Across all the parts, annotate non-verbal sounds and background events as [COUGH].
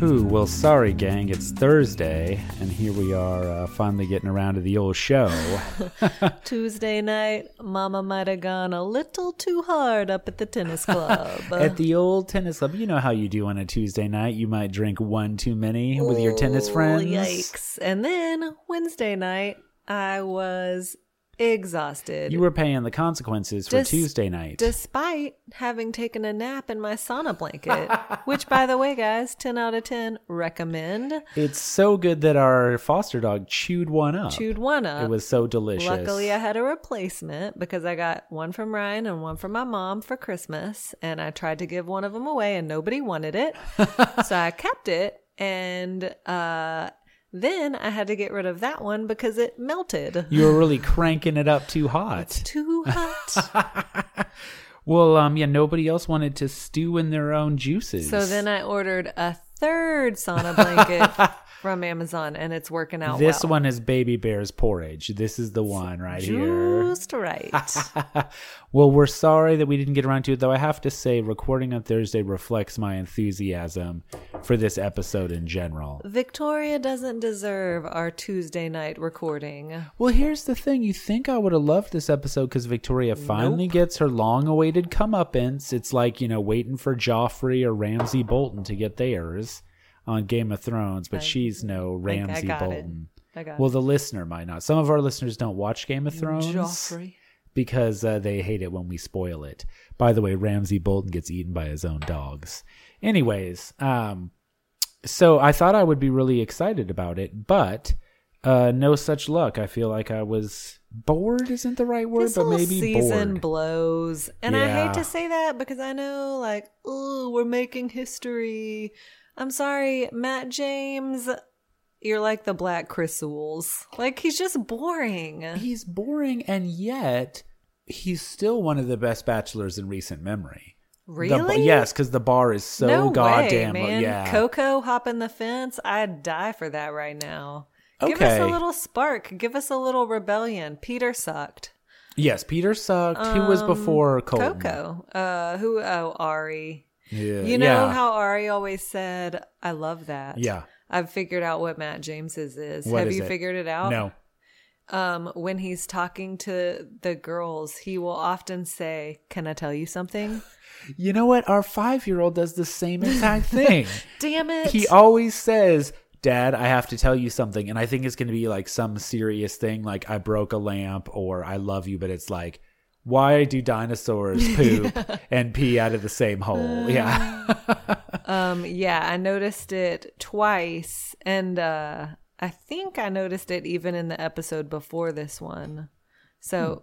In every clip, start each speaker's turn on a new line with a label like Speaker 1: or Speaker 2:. Speaker 1: Who? Well, sorry, gang. It's Thursday, and here we are uh, finally getting around to the old show.
Speaker 2: Tuesday night, Mama might have gone a little too hard up at the tennis club.
Speaker 1: [LAUGHS] At the old tennis club, you know how you do on a Tuesday night. You might drink one too many with your tennis
Speaker 2: Oh,
Speaker 1: friends.
Speaker 2: Yikes. And then Wednesday night, I was exhausted.
Speaker 1: You were paying the consequences for
Speaker 2: Dis-
Speaker 1: Tuesday night.
Speaker 2: Despite having taken a nap in my sauna
Speaker 1: [LAUGHS]
Speaker 2: blanket, which, by the way, guys, 10 out of 10 recommend.
Speaker 1: it's so good that our foster dog chewed one up.
Speaker 2: Chewed one up.
Speaker 1: It was so delicious.
Speaker 2: Luckily, I had a replacement because I got one from Ryan and one from my mom for Christmas. And I tried to give one of them away and nobody
Speaker 1: [LAUGHS]
Speaker 2: wanted it. so I kept it. And uh, then I had to get rid of that one because it melted.
Speaker 1: you were really cranking it up too hot.
Speaker 2: Too hot.
Speaker 1: [LAUGHS] Well, um, yeah, nobody else wanted to stew in their own juices.
Speaker 2: so then I ordered a third
Speaker 1: [LAUGHS]
Speaker 2: sauna blanket from Amazon and it's working out
Speaker 1: this
Speaker 2: well.
Speaker 1: one is baby bear's porridge. This is the one right here. [LAUGHS]
Speaker 2: Just right.
Speaker 1: Well, we're sorry that we didn't get around to it, though. I have to say, recording on Thursday reflects my enthusiasm for this episode in general.
Speaker 2: Victoria doesn't deserve our Tuesday night recording.
Speaker 1: Well, here's the thing. You think I would have loved this episode because Victoria finally gets her long awaited comeuppance. It's like, you know, waiting for Joffrey or Ramsey Bolton to get theirs on Game of Thrones, but she's no
Speaker 2: think I
Speaker 1: Ramsey
Speaker 2: got it.
Speaker 1: Bolton.
Speaker 2: I got
Speaker 1: Well, the listener might not. Some of our listeners don't watch Game of Thrones
Speaker 2: Joffrey.
Speaker 1: because uh, they hate it when we spoil it. By the way, Ramsey Bolton gets eaten by his own dogs. Anyways, um, so I thought I would be really excited about it, but uh, no such luck. I feel like I was bored. Isn't the right word,
Speaker 2: this
Speaker 1: but
Speaker 2: whole
Speaker 1: maybe
Speaker 2: season
Speaker 1: bored.
Speaker 2: blows, and I
Speaker 1: Yeah.
Speaker 2: hate to say that because I know, like, oh, we're making history. I'm sorry, Matt James, you're like the Black Chris Sewells. Like he's just boring.
Speaker 1: he's boring, and yet he's still one of the best bachelors in recent memory. The ba-
Speaker 2: Really?
Speaker 1: yes, because the bar is so
Speaker 2: no
Speaker 1: goddamn
Speaker 2: way, man.
Speaker 1: yeah.
Speaker 2: Coco hopping the fence. I'd die for that right now. Give us a
Speaker 1: Okay.
Speaker 2: little spark. Give us a little rebellion. Peter sucked.
Speaker 1: Yes, Peter sucked. Who was before Colton?
Speaker 2: Um, Coco. Uh, who? Oh, Ari.
Speaker 1: Yeah,
Speaker 2: You know
Speaker 1: yeah.
Speaker 2: how Ari always said, I love that.
Speaker 1: Yeah.
Speaker 2: I've figured out what Matt James's is.
Speaker 1: What
Speaker 2: Have
Speaker 1: is
Speaker 2: you
Speaker 1: it?
Speaker 2: figured it out?
Speaker 1: No.
Speaker 2: Um, when he's talking to the girls, he will often say, Can I tell you
Speaker 1: [SIGHS]
Speaker 2: something?
Speaker 1: You know what? Our five year old does the same exact
Speaker 2: [LAUGHS]
Speaker 1: thing.
Speaker 2: Damn it.
Speaker 1: he always says, Dad, I have to tell you something. And I think it's going to be like some serious thing, like I broke a lamp or I love you, but it's like, why do
Speaker 2: [LAUGHS]
Speaker 1: dinosaurs poop and pee out of the same
Speaker 2: Uh,
Speaker 1: hole? Yeah. [LAUGHS]
Speaker 2: um, yeah, I noticed it twice. And uh, I think I noticed it even in the episode before this one.
Speaker 1: Hmm.
Speaker 2: So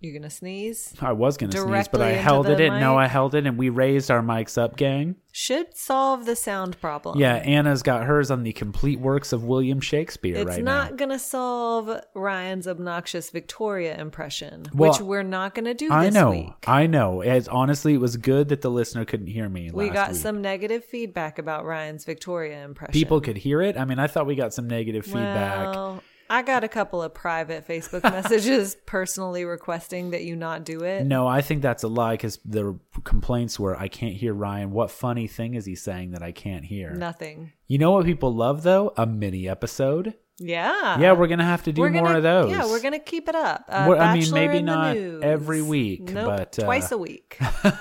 Speaker 2: you're going to sneeze?
Speaker 1: I was going to sneeze, but
Speaker 2: Directly
Speaker 1: I
Speaker 2: into
Speaker 1: held it
Speaker 2: the
Speaker 1: in. No,
Speaker 2: mic.
Speaker 1: I held it and we raised our mics up, gang.
Speaker 2: Should solve the sound problem.
Speaker 1: Yeah. Anna's got hers on the complete works of William Shakespeare
Speaker 2: It's
Speaker 1: right now.
Speaker 2: not going to solve Ryan's obnoxious Victoria impression,
Speaker 1: Well,
Speaker 2: which we're not going to do this
Speaker 1: I know.
Speaker 2: week.
Speaker 1: I know. It's honestly, it was good that the listener couldn't hear me.
Speaker 2: we
Speaker 1: last
Speaker 2: got
Speaker 1: week.
Speaker 2: some negative feedback about Ryan's Victoria impression.
Speaker 1: people could hear it. I mean, I thought we got some negative feedback.
Speaker 2: Well, I got a couple of private
Speaker 1: [LAUGHS]
Speaker 2: Facebook messages personally requesting that you not do it.
Speaker 1: No, I think that's a lie because the complaints were I can't hear Ryan. What funny thing is he saying that I can't hear?
Speaker 2: Nothing.
Speaker 1: You know what people love though? A mini episode.
Speaker 2: Yeah.
Speaker 1: yeah, we're gonna have to do
Speaker 2: Uh, We're
Speaker 1: more
Speaker 2: gonna-
Speaker 1: of those.
Speaker 2: Yeah, we're going to keep it up. Uh,
Speaker 1: We're- I mean,
Speaker 2: Bachelor
Speaker 1: maybe
Speaker 2: in the
Speaker 1: not
Speaker 2: News.
Speaker 1: every week,
Speaker 2: Nope,
Speaker 1: but, uh,
Speaker 2: twice a week.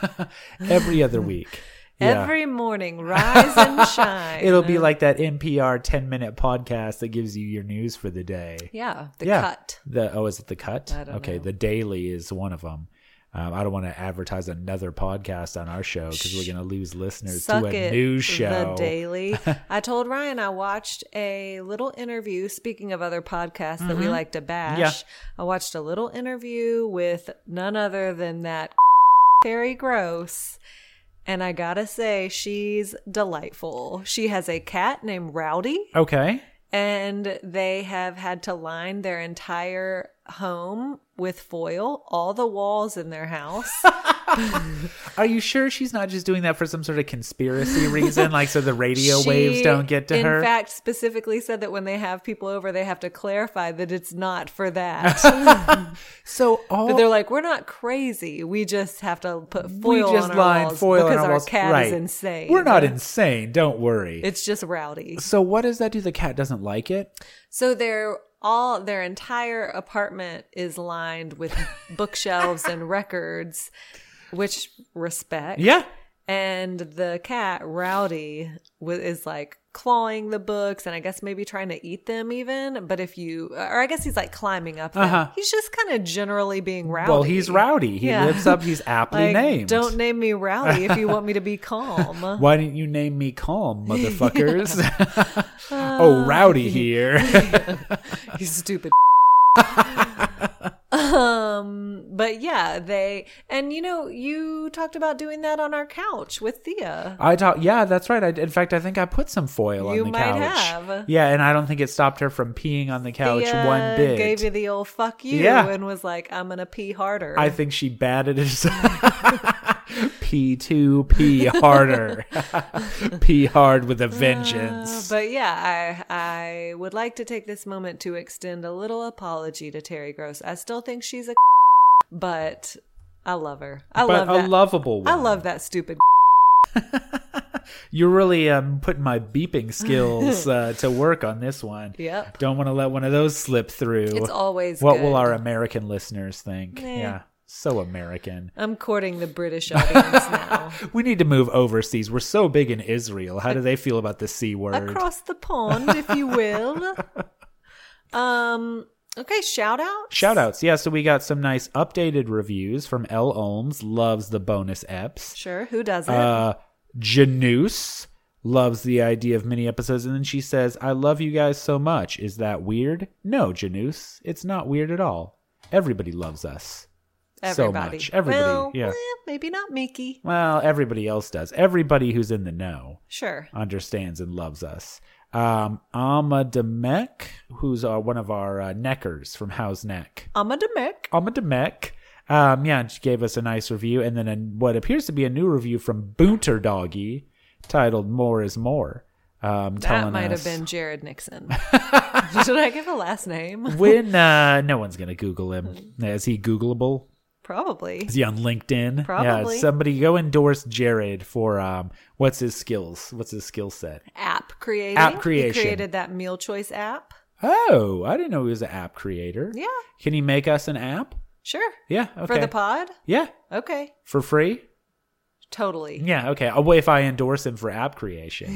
Speaker 2: [LAUGHS]
Speaker 1: every other week. [LAUGHS] Yeah.
Speaker 2: Every morning,
Speaker 1: [LAUGHS]
Speaker 2: rise and shine.
Speaker 1: It'll be like that NPR ten minute podcast that gives you your news for the day.
Speaker 2: yeah, the cut.
Speaker 1: The oh, is it the cut?
Speaker 2: I don't
Speaker 1: okay,
Speaker 2: know.
Speaker 1: the daily is one of them. Um, I don't want to advertise another podcast on our show because we're going to lose listeners
Speaker 2: Suck
Speaker 1: to a
Speaker 2: it,
Speaker 1: news show. [LAUGHS]
Speaker 2: The Daily. I told Ryan I watched a little interview. Speaking of other podcasts that we like to bash,
Speaker 1: Mm-hmm. Yeah.
Speaker 2: I watched a little interview with none other than that [LAUGHS] Terry Gross. And I gotta say, she's delightful. She has a cat named Rowdy,
Speaker 1: Okay,
Speaker 2: and they have had to line their entire home with foil, all the walls in their house,
Speaker 1: Are you sure she's not just doing that for some sort of conspiracy reason, like so the radio waves
Speaker 2: She,
Speaker 1: don't get to
Speaker 2: in
Speaker 1: her?
Speaker 2: fact, specifically said that when they have people over, they have to clarify that it's not for
Speaker 1: [LAUGHS]
Speaker 2: that.
Speaker 1: so all
Speaker 2: But they're like, we're not crazy. We just have to put
Speaker 1: we
Speaker 2: foil
Speaker 1: just
Speaker 2: on our
Speaker 1: lined
Speaker 2: walls
Speaker 1: foil on
Speaker 2: because
Speaker 1: our
Speaker 2: our
Speaker 1: walls.
Speaker 2: cat
Speaker 1: right.
Speaker 2: is insane.
Speaker 1: We're not insane. Don't worry.
Speaker 2: It's just rowdy.
Speaker 1: so what does that do? The cat doesn't like it.
Speaker 2: So their all their entire apartment is lined with bookshelves and records, which respect.
Speaker 1: Yeah.
Speaker 2: And the cat Rowdy wa- is like clawing the books, and I guess maybe trying to eat them even. But if you, or I guess he's like climbing up. them.
Speaker 1: Uh-huh.
Speaker 2: He's just kind of generally being rowdy.
Speaker 1: Well, he's rowdy. He
Speaker 2: Yeah.
Speaker 1: lives
Speaker 2: [LAUGHS]
Speaker 1: up. He's aptly
Speaker 2: Like,
Speaker 1: named.
Speaker 2: Don't name me Rowdy if you want me to be
Speaker 1: [LAUGHS]
Speaker 2: calm.
Speaker 1: Why didn't you name me Calm,
Speaker 2: [LAUGHS]
Speaker 1: motherfuckers? [LAUGHS] oh, rowdy here.
Speaker 2: You stupid. [LAUGHS] um, but yeah, they and you know you talked about doing that on our couch with Thea.
Speaker 1: I talk. Yeah, that's right. I, in fact, I think I put some foil
Speaker 2: You
Speaker 1: on the
Speaker 2: might
Speaker 1: couch.
Speaker 2: have.
Speaker 1: Yeah, and I don't think it stopped her from peeing on the couch
Speaker 2: Thea
Speaker 1: one bit.
Speaker 2: gave you the old fuck you
Speaker 1: Yeah.
Speaker 2: and was like, "I'm gonna pee harder."
Speaker 1: I think she batted it. [LAUGHS] P two P harder. [LAUGHS] P hard with a
Speaker 2: Uh,
Speaker 1: vengeance.
Speaker 2: but yeah, I I would like to take this moment to extend a little apology to Terry Gross. I still think she's a, [LAUGHS] but I love her. I
Speaker 1: but
Speaker 2: love that.
Speaker 1: a lovable one.
Speaker 2: I love that stupid. [LAUGHS]
Speaker 1: You're really um, putting my beeping
Speaker 2: [LAUGHS]
Speaker 1: skills uh, to work on this one.
Speaker 2: Yep.
Speaker 1: Don't want to let one of those slip through.
Speaker 2: It's always
Speaker 1: what
Speaker 2: good.
Speaker 1: will our American listeners think?
Speaker 2: Nah.
Speaker 1: Yeah, so American.
Speaker 2: I'm courting the
Speaker 1: [LAUGHS]
Speaker 2: British audience now.
Speaker 1: We need to move overseas. We're so big in Israel. How do they feel about the c word?
Speaker 2: across the pond, if you will.
Speaker 1: [LAUGHS]
Speaker 2: um. Okay. Shout out.
Speaker 1: Shout outs. Yeah, so we got some nice updated reviews from L. Olms, loves the bonus eps.
Speaker 2: Sure. Who doesn't?
Speaker 1: Uh, Janoose loves the idea of mini episodes. And then she says, I love you guys so much. Is that weird? No, Janoose, it's not weird at all. Everybody loves us.
Speaker 2: Everybody.
Speaker 1: So much. Everybody.
Speaker 2: Well,
Speaker 1: yeah.
Speaker 2: eh, maybe not Mickey.
Speaker 1: Well, everybody else does. Everybody who's in the know
Speaker 2: Sure.
Speaker 1: understands and loves us. Um, Alma Demek, who's uh, one of our uh, neckers from How's Neck.
Speaker 2: I'm a Demek.
Speaker 1: Alma Demek. Um, yeah, and she gave us a nice review, and then a, what appears to be a new review from Boonter Doggy, titled "More Is More." Um,
Speaker 2: That
Speaker 1: telling
Speaker 2: might
Speaker 1: us
Speaker 2: have been Jared Nixon. Should I give a last
Speaker 1: [LAUGHS]
Speaker 2: name? [LAUGHS]
Speaker 1: when uh, no one's gonna Google him. Is he Googleable?
Speaker 2: Probably.
Speaker 1: Is he on LinkedIn?
Speaker 2: Probably.
Speaker 1: Yeah, somebody go endorse Jared for um, what's his skills? What's his skill set?
Speaker 2: App creating.
Speaker 1: App creation.
Speaker 2: He created that meal choice app.
Speaker 1: Oh, I didn't know he was an app creator.
Speaker 2: Yeah.
Speaker 1: Can he make us an app?
Speaker 2: Sure.
Speaker 1: Yeah. Okay.
Speaker 2: For the pod.
Speaker 1: yeah,
Speaker 2: Okay.
Speaker 1: for free.
Speaker 2: Totally. [LAUGHS]
Speaker 1: Yeah, okay. Oh, Well, if I endorse him for app creation,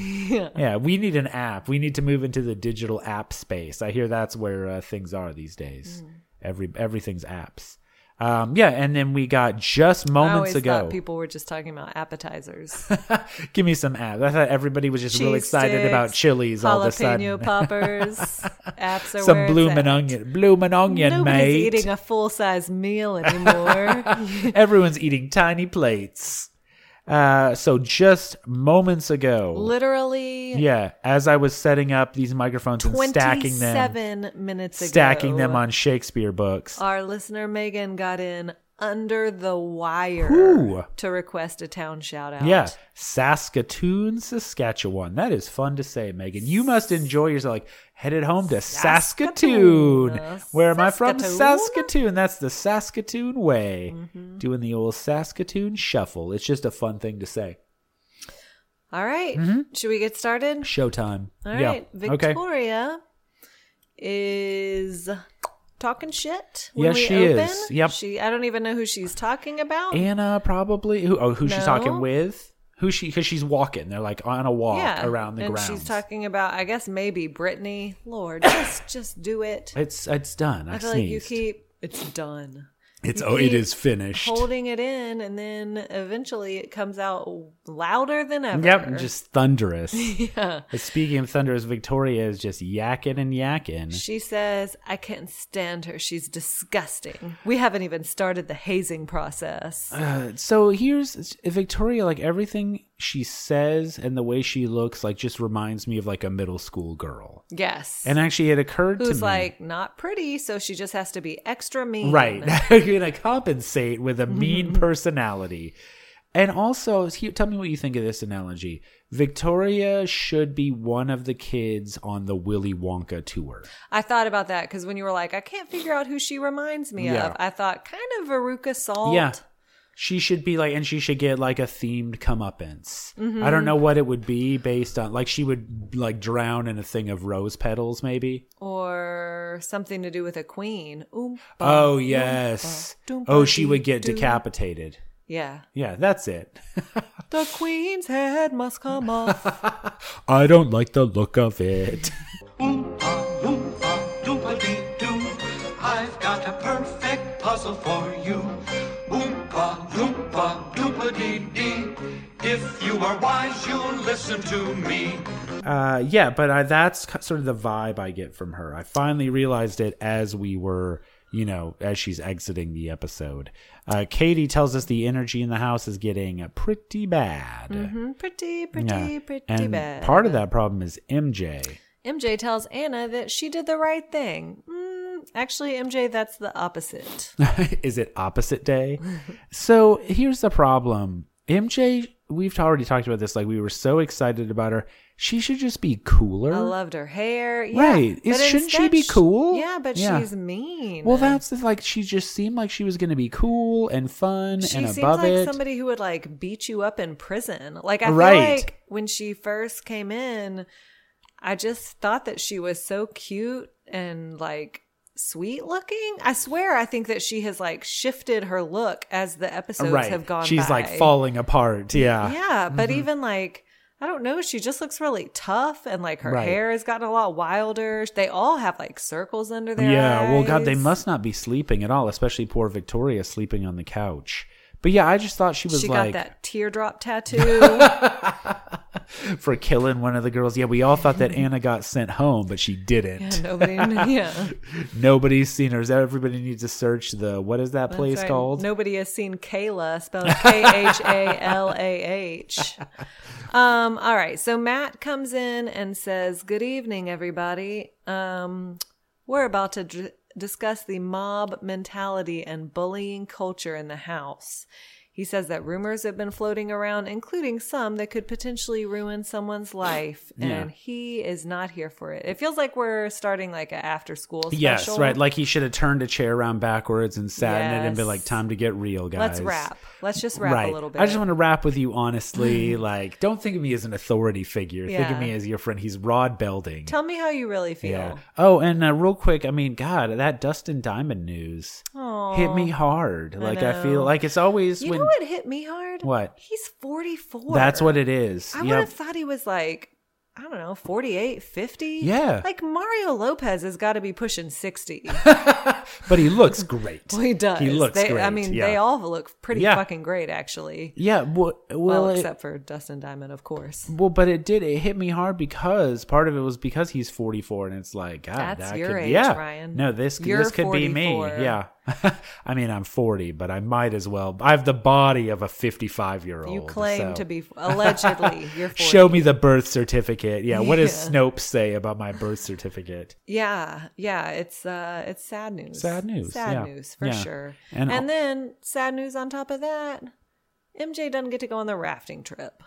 Speaker 1: yeah. we need an app. We need to move into the digital app space. I hear that's where uh, things are these
Speaker 2: Mm.
Speaker 1: days. Every everything's apps. Um, yeah, and then we got just
Speaker 2: I
Speaker 1: moments
Speaker 2: always
Speaker 1: ago.
Speaker 2: thought people were just talking about
Speaker 1: [LAUGHS]
Speaker 2: appetizers.
Speaker 1: Give me some apps. I thought everybody was just real
Speaker 2: Cheese
Speaker 1: excited
Speaker 2: sticks,
Speaker 1: about chilies all of a
Speaker 2: jalapeno
Speaker 1: sudden. [LAUGHS]
Speaker 2: poppers. Apps are
Speaker 1: some
Speaker 2: where it's at.
Speaker 1: bloomin' onion, bloomin' onion,
Speaker 2: Nobody's
Speaker 1: mate.
Speaker 2: eating a full size meal anymore.
Speaker 1: [LAUGHS] Everyone's eating tiny plates. Uh, so just moments ago,
Speaker 2: Literally
Speaker 1: Yeah, as I was setting up these microphones and stacking them,
Speaker 2: 27 minutes ago.
Speaker 1: stacking them on Shakespeare books.
Speaker 2: Our listener Megan got in under the wire
Speaker 1: Ooh.
Speaker 2: to request a town shout out.
Speaker 1: Yeah, Saskatoon, Saskatchewan. That is fun to say, Megan. You must enjoy yourself. Like headed home to Saskatoon.
Speaker 2: Saskatoon.
Speaker 1: Where am I from?
Speaker 2: Saskatoon? Mm-hmm.
Speaker 1: Saskatoon. That's the Saskatoon way. Doing the old Saskatoon shuffle. It's just a fun thing to say.
Speaker 2: All right. Should we get started?
Speaker 1: Showtime.
Speaker 2: All right.
Speaker 1: Mm-hmm. yeah. Okay.
Speaker 2: Victoria is talking shit. When
Speaker 1: Yes,
Speaker 2: we
Speaker 1: she
Speaker 2: open.
Speaker 1: is. Yep.
Speaker 2: She. I don't even know who she's talking about.
Speaker 1: Anna probably who oh who she's talking
Speaker 2: Oh. No.
Speaker 1: with who she because she's walking they're like on a walk around the
Speaker 2: and
Speaker 1: grounds.
Speaker 2: she's talking about, I guess maybe Brittany.
Speaker 1: [COUGHS]
Speaker 2: Lord, just just do it.
Speaker 1: It's it's done. I,
Speaker 2: I feel like you
Speaker 1: sneezed.
Speaker 2: keep it's done.
Speaker 1: it's
Speaker 2: you
Speaker 1: oh, it
Speaker 2: keep
Speaker 1: is finished.
Speaker 2: Holding it in, and then eventually it comes out louder than ever.
Speaker 1: Yep, just
Speaker 2: [LAUGHS]
Speaker 1: thunderous. But Speaking of thunderous, Victoria is just yakking and yakking.
Speaker 2: She says, "I can't stand her. She's disgusting. We haven't even started the hazing process."
Speaker 1: Uh, so here's Victoria. Like everything she says and the way she looks like just reminds me of like a middle school girl.
Speaker 2: Yes.
Speaker 1: And actually, it occurred to
Speaker 2: Who's
Speaker 1: me
Speaker 2: like not pretty, so she just has to be extra mean.
Speaker 1: right, [LAUGHS] you're gonna compensate with a mean personality. And also, he- tell me what you think of this analogy. Victoria should be one of the kids on the Willy Wonka tour.
Speaker 2: I thought about that because when you were like, I can't figure out who she reminds me
Speaker 1: Yeah.
Speaker 2: of, I thought kind of Veruca Salt.
Speaker 1: Yeah. She should be like, and she should get like a themed comeuppance. I don't know what it would be based on. Like, she would like drown in a thing of rose petals, maybe.
Speaker 2: Or something to do with a queen. Oompa,
Speaker 1: oh yes.
Speaker 2: oompa,
Speaker 1: oh, she would get
Speaker 2: dee-doo.
Speaker 1: decapitated.
Speaker 2: Yeah.
Speaker 1: Yeah, that's it.
Speaker 2: The queen's head must come [LAUGHS] off.
Speaker 1: I don't like the look of it. [LAUGHS]
Speaker 3: Oompa, loompa, doompa dee doo. I've got a perfect puzzle for you. Oompa, loompa, doompa dee dee. If you are wise, you'll listen to me.
Speaker 1: Uh, yeah, but I, that's ki- sort of the vibe I get from her. I finally realized it as we were, you know, as she's exiting the episode. Uh, Katie tells us the energy in the house is getting pretty bad.
Speaker 2: Mhm, pretty,
Speaker 1: Yeah.
Speaker 2: pretty, pretty
Speaker 1: and
Speaker 2: bad.
Speaker 1: Part of that problem is MJ.
Speaker 2: MJ tells Anna that she did the right thing. Mm, actually, MJ, that's the opposite.
Speaker 1: [LAUGHS] is it opposite
Speaker 2: [LAUGHS]
Speaker 1: day? so here's the problem. MJ, we've already talked about this. Like we were so excited about her. She should just be cooler.
Speaker 2: I loved her hair. Yeah,
Speaker 1: Right.
Speaker 2: but
Speaker 1: Is- shouldn't she
Speaker 2: instead
Speaker 1: be cool?
Speaker 2: Yeah, but
Speaker 1: Yeah.
Speaker 2: she's mean.
Speaker 1: well, that's the, like she just seemed like she was going to be cool and fun
Speaker 2: she
Speaker 1: and
Speaker 2: seems
Speaker 1: above
Speaker 2: like
Speaker 1: it.
Speaker 2: somebody who would like beat you up in prison. Like I feel
Speaker 1: Right.
Speaker 2: like when she first came in, I just thought that she was so cute and like sweet looking. I swear, I think that she has like shifted her look as the episodes
Speaker 1: right.
Speaker 2: have gone.
Speaker 1: She's like
Speaker 2: by.
Speaker 1: falling apart. Yeah. Mm-hmm.
Speaker 2: Yeah, but even like I don't know, she just looks really tough and like her
Speaker 1: Right.
Speaker 2: hair has gotten a lot wilder. They all have like circles under their eyes.
Speaker 1: Yeah, well, God, they must not be sleeping at all, especially poor Victoria sleeping on the couch. But yeah, I just thought she was
Speaker 2: She
Speaker 1: like
Speaker 2: got that
Speaker 1: [LAUGHS]
Speaker 2: teardrop tattoo. [LAUGHS]
Speaker 1: for killing one of the girls. Yeah, we all thought that Anna got sent home, but she didn't.
Speaker 2: Nobody, yeah,
Speaker 1: Nobody's seen her. Everybody needs to search the what is that place
Speaker 2: That's right.
Speaker 1: called?
Speaker 2: Nobody has seen Kayla spelled K H A L A H. Um. All right. So Matt comes in and says, "Good evening, everybody. Um, we're about to." Dr- Discuss the mob mentality and bullying culture in the house. He says that rumors have been floating around, including some that could potentially ruin someone's life, and
Speaker 1: [CLEARS THROAT] Yeah.
Speaker 2: he is not here for it. It feels like we're starting like a after school special.
Speaker 1: Yes, right. Like he should have turned a chair around backwards and sat in it and been
Speaker 2: Yes.
Speaker 1: like, "Time to get real, guys."
Speaker 2: Let's wrap. Let's just wrap
Speaker 1: right.
Speaker 2: a little bit.
Speaker 1: I just want to wrap with you
Speaker 2: [CLEARS THROAT]
Speaker 1: honestly. like, don't think of me as an authority figure. Think of
Speaker 2: Yeah.
Speaker 1: me as your friend. He's Rod Belding.
Speaker 2: Tell me how you really feel.
Speaker 1: yeah. Oh, and uh, real quick, I mean, God, that Dustin Diamond news hit me hard. Like, I, feel
Speaker 2: know.
Speaker 1: like it's always
Speaker 2: You
Speaker 1: when
Speaker 2: know what hit me hard?
Speaker 1: What?
Speaker 2: He's 44.
Speaker 1: that's what it is.
Speaker 2: I
Speaker 1: you
Speaker 2: would
Speaker 1: know?
Speaker 2: have thought he was like, I don't know, 48, 50.
Speaker 1: Yeah.
Speaker 2: Like Mario Lopez has got to be
Speaker 1: [LAUGHS]
Speaker 2: pushing 60.
Speaker 1: but he looks great.
Speaker 2: [LAUGHS] well, he does.
Speaker 1: He looks
Speaker 2: they,
Speaker 1: great.
Speaker 2: I mean,
Speaker 1: yeah.
Speaker 2: they all look pretty
Speaker 1: Yeah.
Speaker 2: fucking great, actually.
Speaker 1: Yeah, well, well,
Speaker 2: Well,
Speaker 1: it-
Speaker 2: except for Dustin Diamond, of course.
Speaker 1: well, but it did. It hit me hard because part of it was because he's 44, and it's like, God,
Speaker 2: That's
Speaker 1: that
Speaker 2: your
Speaker 1: could,
Speaker 2: age,
Speaker 1: yeah.
Speaker 2: Ryan.
Speaker 1: No, this
Speaker 2: You're
Speaker 1: this could be me.
Speaker 2: 44.
Speaker 1: Yeah, [LAUGHS] I mean, I'm 40, but I might as well. I have the body of a 55 year old.
Speaker 2: You claim to be, allegedly, you're
Speaker 1: [LAUGHS]
Speaker 2: 40.
Speaker 1: Show me the birth certificate. Yeah, what does
Speaker 2: Yeah.
Speaker 1: Snopes say about my birth certificate?
Speaker 2: Yeah, yeah, it's uh it's sad news.
Speaker 1: Sad news,
Speaker 2: Sad
Speaker 1: yeah,
Speaker 2: news for
Speaker 1: yeah.
Speaker 2: sure.
Speaker 1: And
Speaker 2: And,
Speaker 1: al-
Speaker 2: then sad news on top of that, MJ doesn't get to go on the rafting trip.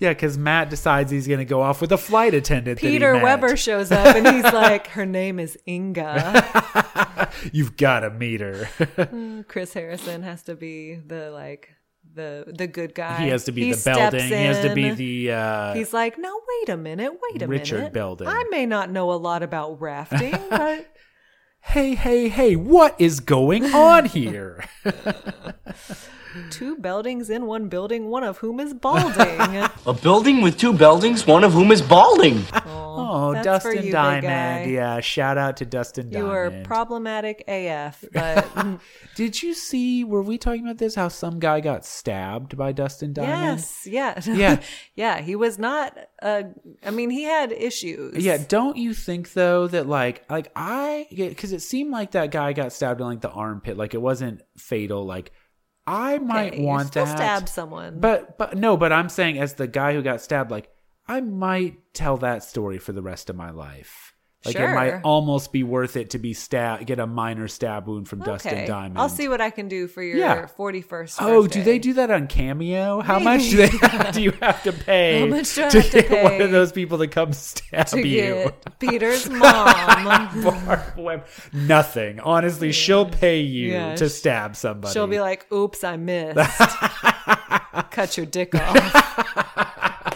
Speaker 1: yeah, because Matt decides he's going to go off with a flight attendant. that he
Speaker 2: Peter
Speaker 1: met.
Speaker 2: Weber shows up and he's like, "Her name is Inga." [LAUGHS]
Speaker 1: You've got to meet her. [LAUGHS]
Speaker 2: Chris Harrison has to be the like the the good guy.
Speaker 1: he has to be the
Speaker 2: steps
Speaker 1: Belding. He has to be
Speaker 2: in.
Speaker 1: the. Uh,
Speaker 2: He's like, "No, wait a minute, wait a minute."
Speaker 1: Richard Belding.
Speaker 2: I may not know a lot
Speaker 1: [LAUGHS]
Speaker 2: about rafting, but
Speaker 1: hey, hey, hey, what is going [LAUGHS] on here?
Speaker 2: two Beldings in one building, one of whom is
Speaker 1: [LAUGHS]
Speaker 2: balding.
Speaker 4: A building with two buildings, one of whom is balding.
Speaker 1: oh,
Speaker 2: that's for
Speaker 1: Dustin
Speaker 2: you, big guy.
Speaker 1: Diamond. Yeah, shout out to Dustin
Speaker 2: You are
Speaker 1: Diamond.
Speaker 2: problematic
Speaker 1: [LAUGHS]
Speaker 2: AF, but
Speaker 1: Did you see, were we talking about this? How some guy got stabbed by Dustin Diamond?
Speaker 2: yes, [LAUGHS] yeah,
Speaker 1: Yeah.
Speaker 2: yeah. He was not. Uh, I mean, he had issues.
Speaker 1: Yeah, don't you think though that like like I because it seemed like that guy got stabbed in like the armpit, like it wasn't fatal. Like I might
Speaker 2: Okay,
Speaker 1: want that.
Speaker 2: you're still stab someone.
Speaker 1: But but no, but I'm saying as the guy who got stabbed, like I might tell that story for the rest of my life. Like it might
Speaker 2: Sure.
Speaker 1: almost be worth it to be stab get a minor stab wound from Dustin
Speaker 2: okay.
Speaker 1: Diamond.
Speaker 2: I'll see what I can do for your
Speaker 1: Yeah.
Speaker 2: 41st.
Speaker 1: Oh, do
Speaker 2: birthday.
Speaker 1: they do that on Cameo? How
Speaker 2: Maybe.
Speaker 1: much do they
Speaker 2: [LAUGHS]
Speaker 1: do you have to pay
Speaker 2: How much do I
Speaker 1: to
Speaker 2: have to
Speaker 1: get one
Speaker 2: pay
Speaker 1: of those people to come stab
Speaker 2: to
Speaker 1: you? [LAUGHS]
Speaker 2: get Peter's mom?
Speaker 1: Barb Web- Nothing. Honestly, she'll pay you
Speaker 2: Yeah,
Speaker 1: to
Speaker 2: sh-
Speaker 1: stab somebody.
Speaker 2: She'll be like, "Oops,
Speaker 1: [LAUGHS]
Speaker 2: I missed. Cut your dick off."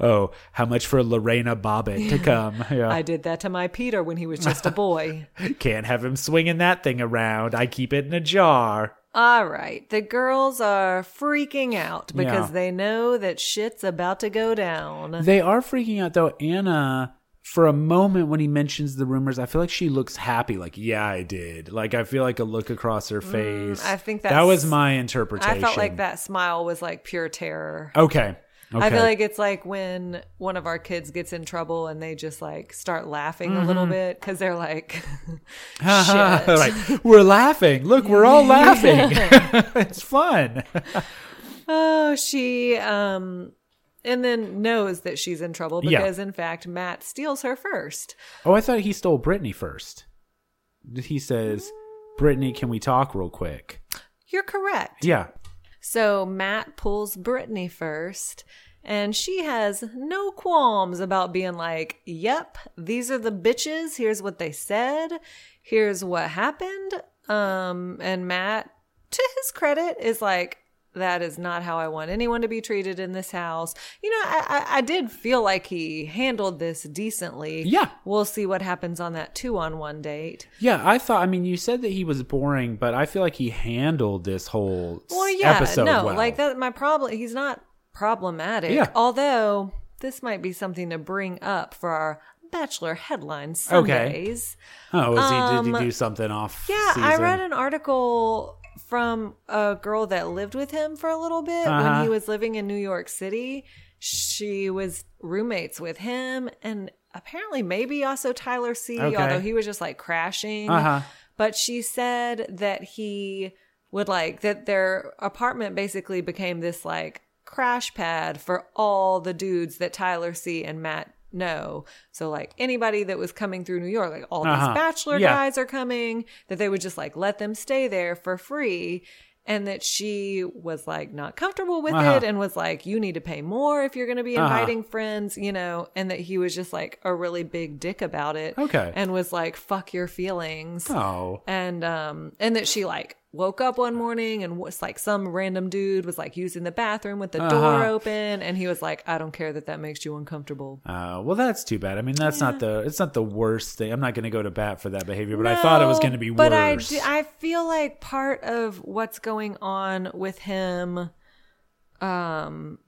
Speaker 1: "Oh, how much for Lorena Bobbitt
Speaker 2: [LAUGHS]
Speaker 1: to come? Yeah.
Speaker 2: I did that to my Peter when he was just
Speaker 1: [LAUGHS]
Speaker 2: a boy.
Speaker 1: Can't have him swinging that thing around. I keep it in a jar.
Speaker 2: All right, the girls are freaking out because
Speaker 1: Yeah.
Speaker 2: they know that shit's about to go down.
Speaker 1: They are freaking out though. Anna, for a moment when he mentions the rumors, I feel like she looks happy. Like, yeah, I did. Like, I feel like a look across her face.
Speaker 2: Mm, I think
Speaker 1: that
Speaker 2: that's-
Speaker 1: was my interpretation.
Speaker 2: I felt like that smile was like pure terror.
Speaker 1: Okay. Okay.
Speaker 2: I
Speaker 1: [LAUGHS]
Speaker 2: feel like it's like when one of our kids gets in trouble and they just like start laughing a
Speaker 1: Mm-hmm.
Speaker 2: little bit because they're like, [LAUGHS]
Speaker 1: [LAUGHS]
Speaker 2: shit.
Speaker 1: Like, we're laughing. Look, we're
Speaker 2: [LAUGHS]
Speaker 1: all laughing. [LAUGHS] it's fun.
Speaker 2: oh, she, um, and then knows that she's in trouble
Speaker 1: Yeah.
Speaker 2: because in fact Matt steals her first.
Speaker 1: Oh, I thought he stole Brittany first. He says, Brittany, can we talk real quick?
Speaker 2: You're correct.
Speaker 1: Yeah.
Speaker 2: So Matt pulls Brittany first, and she has no qualms about being like, Yep, these are the bitches. Here's what they said. Here's what happened. Um, and Matt, to his credit, is like, that is not how I want anyone to be treated in this house. You know, I, I, I did feel like he handled this decently.
Speaker 1: Yeah.
Speaker 2: We'll see what happens on that two on one date.
Speaker 1: Yeah, I thought. I mean, you said that he was boring, but I feel like he handled this whole s-
Speaker 2: Well, yeah,
Speaker 1: episode
Speaker 2: no,
Speaker 1: well.
Speaker 2: like that. My problem. He's not problematic.
Speaker 1: Yeah.
Speaker 2: Although this might be something to bring up for our Bachelor headline
Speaker 1: Okay.
Speaker 2: Sundays.
Speaker 1: Oh, is he, did he do something off?
Speaker 2: um, Yeah, I
Speaker 1: season?
Speaker 2: read an article from a girl that lived with him for a little bit
Speaker 1: Uh-huh.
Speaker 2: when he was living in New York City. She was roommates with him, and apparently maybe also Tyler C.
Speaker 1: Okay.
Speaker 2: Although he was just like crashing.
Speaker 1: Uh-huh.
Speaker 2: But she said that he would like that their apartment basically became this like crash pad for all the dudes that Tyler C and Matt know. So like anybody that was coming through New York, like all
Speaker 1: Uh-huh.
Speaker 2: these bachelor
Speaker 1: Yeah.
Speaker 2: guys are coming, that they would just like let them stay there for free. And that she was like not comfortable with
Speaker 1: Uh-huh.
Speaker 2: it and was like, you need to pay more if you're going to be
Speaker 1: Uh-huh.
Speaker 2: inviting friends, you know, and that he was just like a really big dick about it.
Speaker 1: Okay.
Speaker 2: And was like, fuck your feelings
Speaker 1: Oh,
Speaker 2: and um and that she like woke up one morning and was like some random dude was like using the bathroom with the door
Speaker 1: Uh-huh.
Speaker 2: open and he was like i don't care that that makes you uncomfortable
Speaker 1: uh, well, that's too bad. I mean, that's not the it's not the worst thing. I'm not going to go to bat for that behavior, but I thought it was
Speaker 2: No,
Speaker 1: going to be
Speaker 2: but I
Speaker 1: worse.
Speaker 2: d- I feel like part of what's going on with him um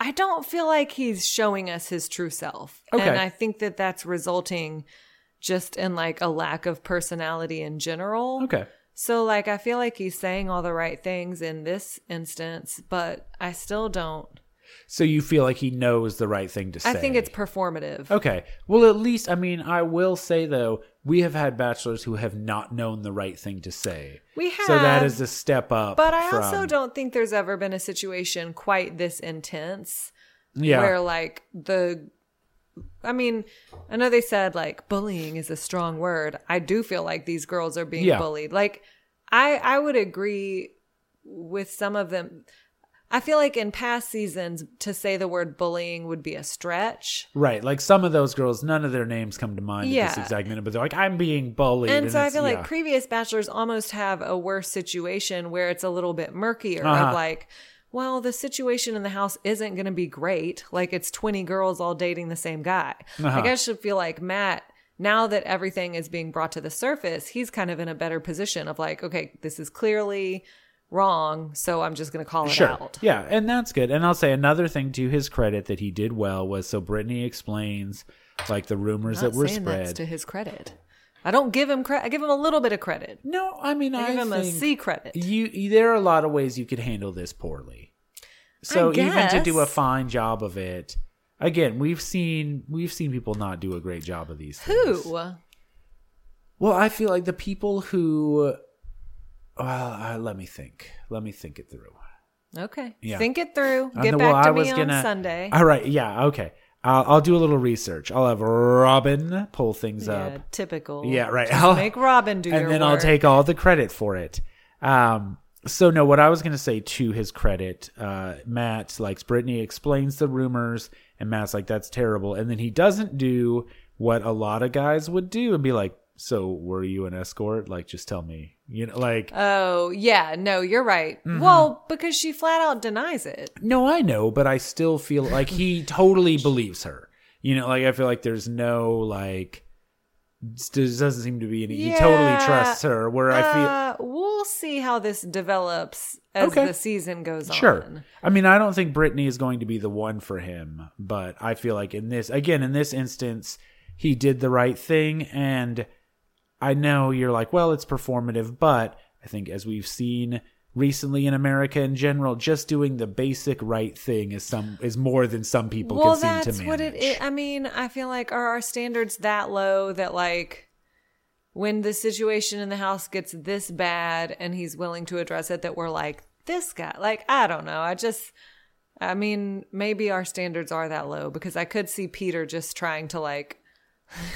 Speaker 2: I don't feel like he's showing us his true self.
Speaker 1: Okay.
Speaker 2: And I think that that's resulting just in like a lack of personality in general.
Speaker 1: okay,
Speaker 2: So like I feel like he's saying all the right things in this instance, but I still don't.
Speaker 1: so you feel like he knows the right thing to say?
Speaker 2: I think it's performative.
Speaker 1: Okay. Well, at least I mean, I will say though, we have had bachelors who have not known the right thing to say.
Speaker 2: We have
Speaker 1: So that is a step up.
Speaker 2: but I also
Speaker 1: from-
Speaker 2: don't think there's ever been a situation quite this intense
Speaker 1: Yeah.
Speaker 2: where like the I mean, I know they said like bullying is a strong word. I do feel like these girls are being
Speaker 1: Yeah.
Speaker 2: bullied. Like I I would agree with some of them. I feel like in past seasons to say the word bullying would be a stretch.
Speaker 1: Right, like some of those girls, none of their names come to mind at
Speaker 2: Yeah.
Speaker 1: this exact minute, but they're like, "I'm being bullied,"
Speaker 2: And so I
Speaker 1: it's-
Speaker 2: feel
Speaker 1: yeah.
Speaker 2: like previous bachelors almost have a worse situation where it's a little bit murkier
Speaker 1: Uh-huh.
Speaker 2: of like, well, the situation in the house isn't going to be great. Like it's 20 girls all dating the same guy. Like
Speaker 1: Uh-huh.
Speaker 2: I should feel like Matt, now that everything is being brought to the surface, he's kind of in a better position of like, okay, this is clearly wrong. So I'm just going to call it
Speaker 1: sure,
Speaker 2: out.
Speaker 1: yeah, and that's good. And I'll say another thing to his credit that he did well was so Brittany explains like the rumors
Speaker 2: Not
Speaker 1: that were
Speaker 2: saying that's
Speaker 1: spread.
Speaker 2: to his credit. I don't give him credit. I give him a little bit of credit.
Speaker 1: no, I mean
Speaker 2: I
Speaker 1: I,
Speaker 2: give him a
Speaker 1: think
Speaker 2: C credit.
Speaker 1: you there are a lot of ways you could handle this poorly. So even to do a
Speaker 2: guess.
Speaker 1: fine job of it, again, we've seen we've seen people not do a great job of these. things.
Speaker 2: Who?
Speaker 1: Well, I feel like the people who well, uh, let me think. Let me think it through.
Speaker 2: Okay.
Speaker 1: Yeah.
Speaker 2: Think it through.
Speaker 1: I
Speaker 2: Get
Speaker 1: know-
Speaker 2: back
Speaker 1: well, I
Speaker 2: to me
Speaker 1: was
Speaker 2: on
Speaker 1: gonna-
Speaker 2: Sunday.
Speaker 1: All right. Yeah. Okay. I'll, I'll do a little research. I'll have Robin pull things
Speaker 2: yeah,
Speaker 1: up.
Speaker 2: typical.
Speaker 1: Yeah. Right. [LAUGHS]
Speaker 2: Just
Speaker 1: I'll-
Speaker 2: make Robin do your
Speaker 1: and then I'll
Speaker 2: work.
Speaker 1: take all the credit for it. Um, so no, what I was gonna say to his credit, uh, Matt likes Brittany explains the rumors, and Matt's like, "That's terrible," and then he doesn't do what a lot of guys would do and be like, "So were you an escort? Like, just tell me." You know, like,
Speaker 2: Oh, yeah. No, you're right.
Speaker 1: Mm-hmm.
Speaker 2: Well, because she flat out denies it.
Speaker 1: no, I know, but I still feel like
Speaker 2: [LAUGHS]
Speaker 1: he totally believes her. You know, like I feel like there's no like, there doesn't seem to be any. He totally
Speaker 2: Yeah.
Speaker 1: trusts her. Where I feel
Speaker 2: Uh, we'll see how this develops as
Speaker 1: Okay.
Speaker 2: the season goes
Speaker 1: Sure.
Speaker 2: on.
Speaker 1: I mean, I don't think Brittany is going to be the one for him, but I feel like in this, again, in this instance, he did the right thing. And I know you're like, well, it's performative, but I think as we've seen recently in America in general, just doing the basic right thing is some is more than some people
Speaker 2: Well,
Speaker 1: can seem
Speaker 2: that's
Speaker 1: to manage.
Speaker 2: what it is. I mean, I feel like are our standards that low that like when the situation in the house gets this bad and he's willing to address it that we're like this guy. Like I don't know. I just I mean, maybe our standards are that low because I could see Peter just trying to like [LAUGHS]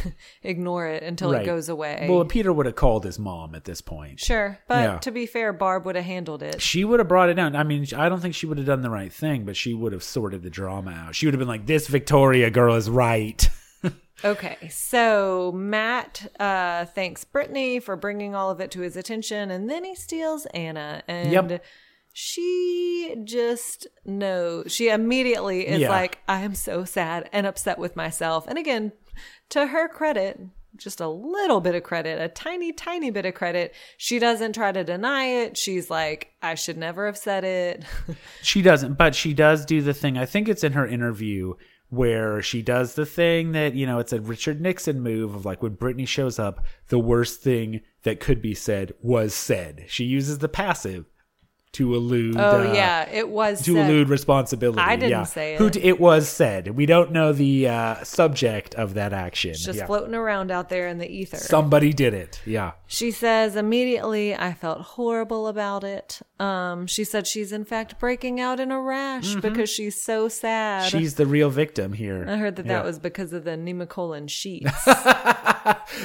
Speaker 2: ignore it until
Speaker 1: Right.
Speaker 2: it goes away.
Speaker 1: Well, Peter would have called his mom at this point.
Speaker 2: sure, but
Speaker 1: Yeah.
Speaker 2: to be fair, Barb would have handled it.
Speaker 1: She would have brought it down. I mean, I don't think she would have done the right thing, but she would have sorted the drama out. She would have been like, this Victoria girl is right. [LAUGHS]
Speaker 2: Okay, so Matt uh, thanks Brittany for bringing all of it to his attention, and then he steals Anna, and
Speaker 1: Yep.
Speaker 2: she just knows. She immediately is
Speaker 1: Yeah.
Speaker 2: like, "I am so sad and upset with myself." And again, to her credit, just a little bit of credit, a tiny, tiny bit of credit. She doesn't try to deny it. She's like, "I should never have said it." [LAUGHS]
Speaker 1: She doesn't, but she does do the thing. I think it's in her interview where she does the thing that, you know, it's a Richard Nixon move of like when Britney shows up, the worst thing that could be said was said. She uses the passive to elude.
Speaker 2: oh
Speaker 1: uh,
Speaker 2: yeah, it was
Speaker 1: To
Speaker 2: said.
Speaker 1: elude responsibility.
Speaker 2: I didn't
Speaker 1: yeah.
Speaker 2: say
Speaker 1: Who
Speaker 2: it.
Speaker 1: d- it was said. We don't know the uh, subject of that action.
Speaker 2: It's just
Speaker 1: yeah.
Speaker 2: floating around out there in the ether.
Speaker 1: Somebody did it. Yeah.
Speaker 2: She says immediately, I felt horrible about it. Um, she said she's in fact breaking out in a rash because she's so sad.
Speaker 1: Mm-hmm. She's the real victim here.
Speaker 2: I heard that
Speaker 1: Yeah.
Speaker 2: that was because of the
Speaker 1: [LAUGHS]
Speaker 2: nemacolin sheets.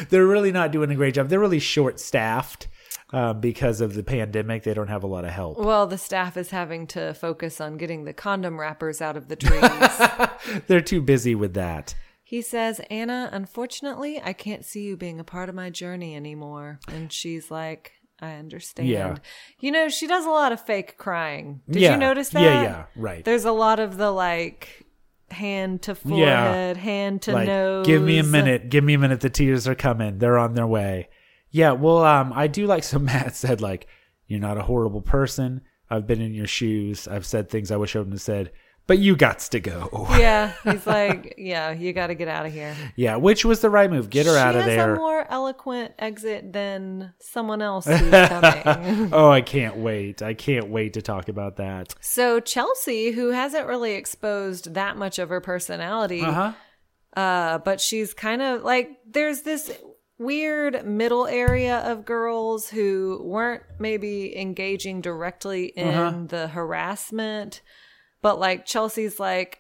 Speaker 1: they're really not doing a great job. They're really short staffed uh, because of the pandemic. They don't have a lot of help.
Speaker 2: well, the staff is having to focus on getting the condom wrappers out of the trees.
Speaker 1: They're too busy with that.
Speaker 2: he says, Anna, unfortunately, I can't see you being a part of my journey anymore. And she's like, I understand.
Speaker 1: Yeah.
Speaker 2: You know, she does a lot of fake crying. Did
Speaker 1: Yeah.
Speaker 2: you notice that?
Speaker 1: Yeah, yeah, right.
Speaker 2: There's a lot of the like hand to
Speaker 1: Yeah.
Speaker 2: forehead, hand to
Speaker 1: like,
Speaker 2: nose.
Speaker 1: give me a minute. Give me a minute. The tears are coming. They're on their way. Yeah. Well, um, I do like. [LAUGHS] So Matt said, like, you're not a horrible person. I've been in your shoes. I've said things I wish I wouldn't have said. But you got to go. [LAUGHS]
Speaker 2: Yeah, he's like, yeah, you got to get out of here.
Speaker 1: Yeah, which was the right move. Get her
Speaker 2: she
Speaker 1: out of
Speaker 2: has
Speaker 1: there.
Speaker 2: a more eloquent exit than someone
Speaker 1: [LAUGHS]
Speaker 2: else who's coming.
Speaker 1: oh, I can't wait. I can't wait to talk about that.
Speaker 2: so Chelsea, who hasn't really exposed that much of her personality,
Speaker 1: Uh huh.
Speaker 2: uh, but she's kind of like there's this weird middle area of girls who weren't maybe engaging directly in the harassment, but like Chelsea's like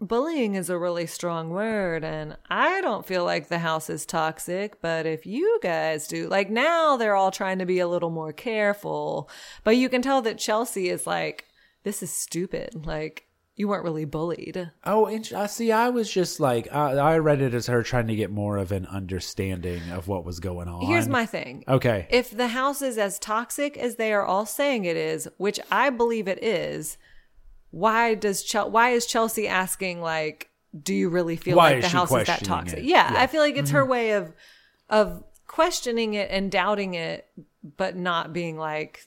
Speaker 2: bullying is a really strong word and I don't feel like the house is toxic, but if you guys do, like now they're all trying to be a little more careful, but you can tell that Chelsea is like this is stupid. Like you weren't really bullied.
Speaker 1: Oh, int- I see. I was just like, I, I read it as her trying to get more of an understanding of what was going on.
Speaker 2: Here's my thing.
Speaker 1: Oh, Okay.
Speaker 2: If the house is as toxic as they are all saying it is, which I believe it is, why does Chel- why is Chelsea asking like, do you really feel
Speaker 1: Why
Speaker 2: like
Speaker 1: is
Speaker 2: the
Speaker 1: she
Speaker 2: house is that
Speaker 1: questioning
Speaker 2: toxic?
Speaker 1: it? Mm-hmm.
Speaker 2: Yeah, I feel like it's her way of of questioning it and doubting it, but not being like,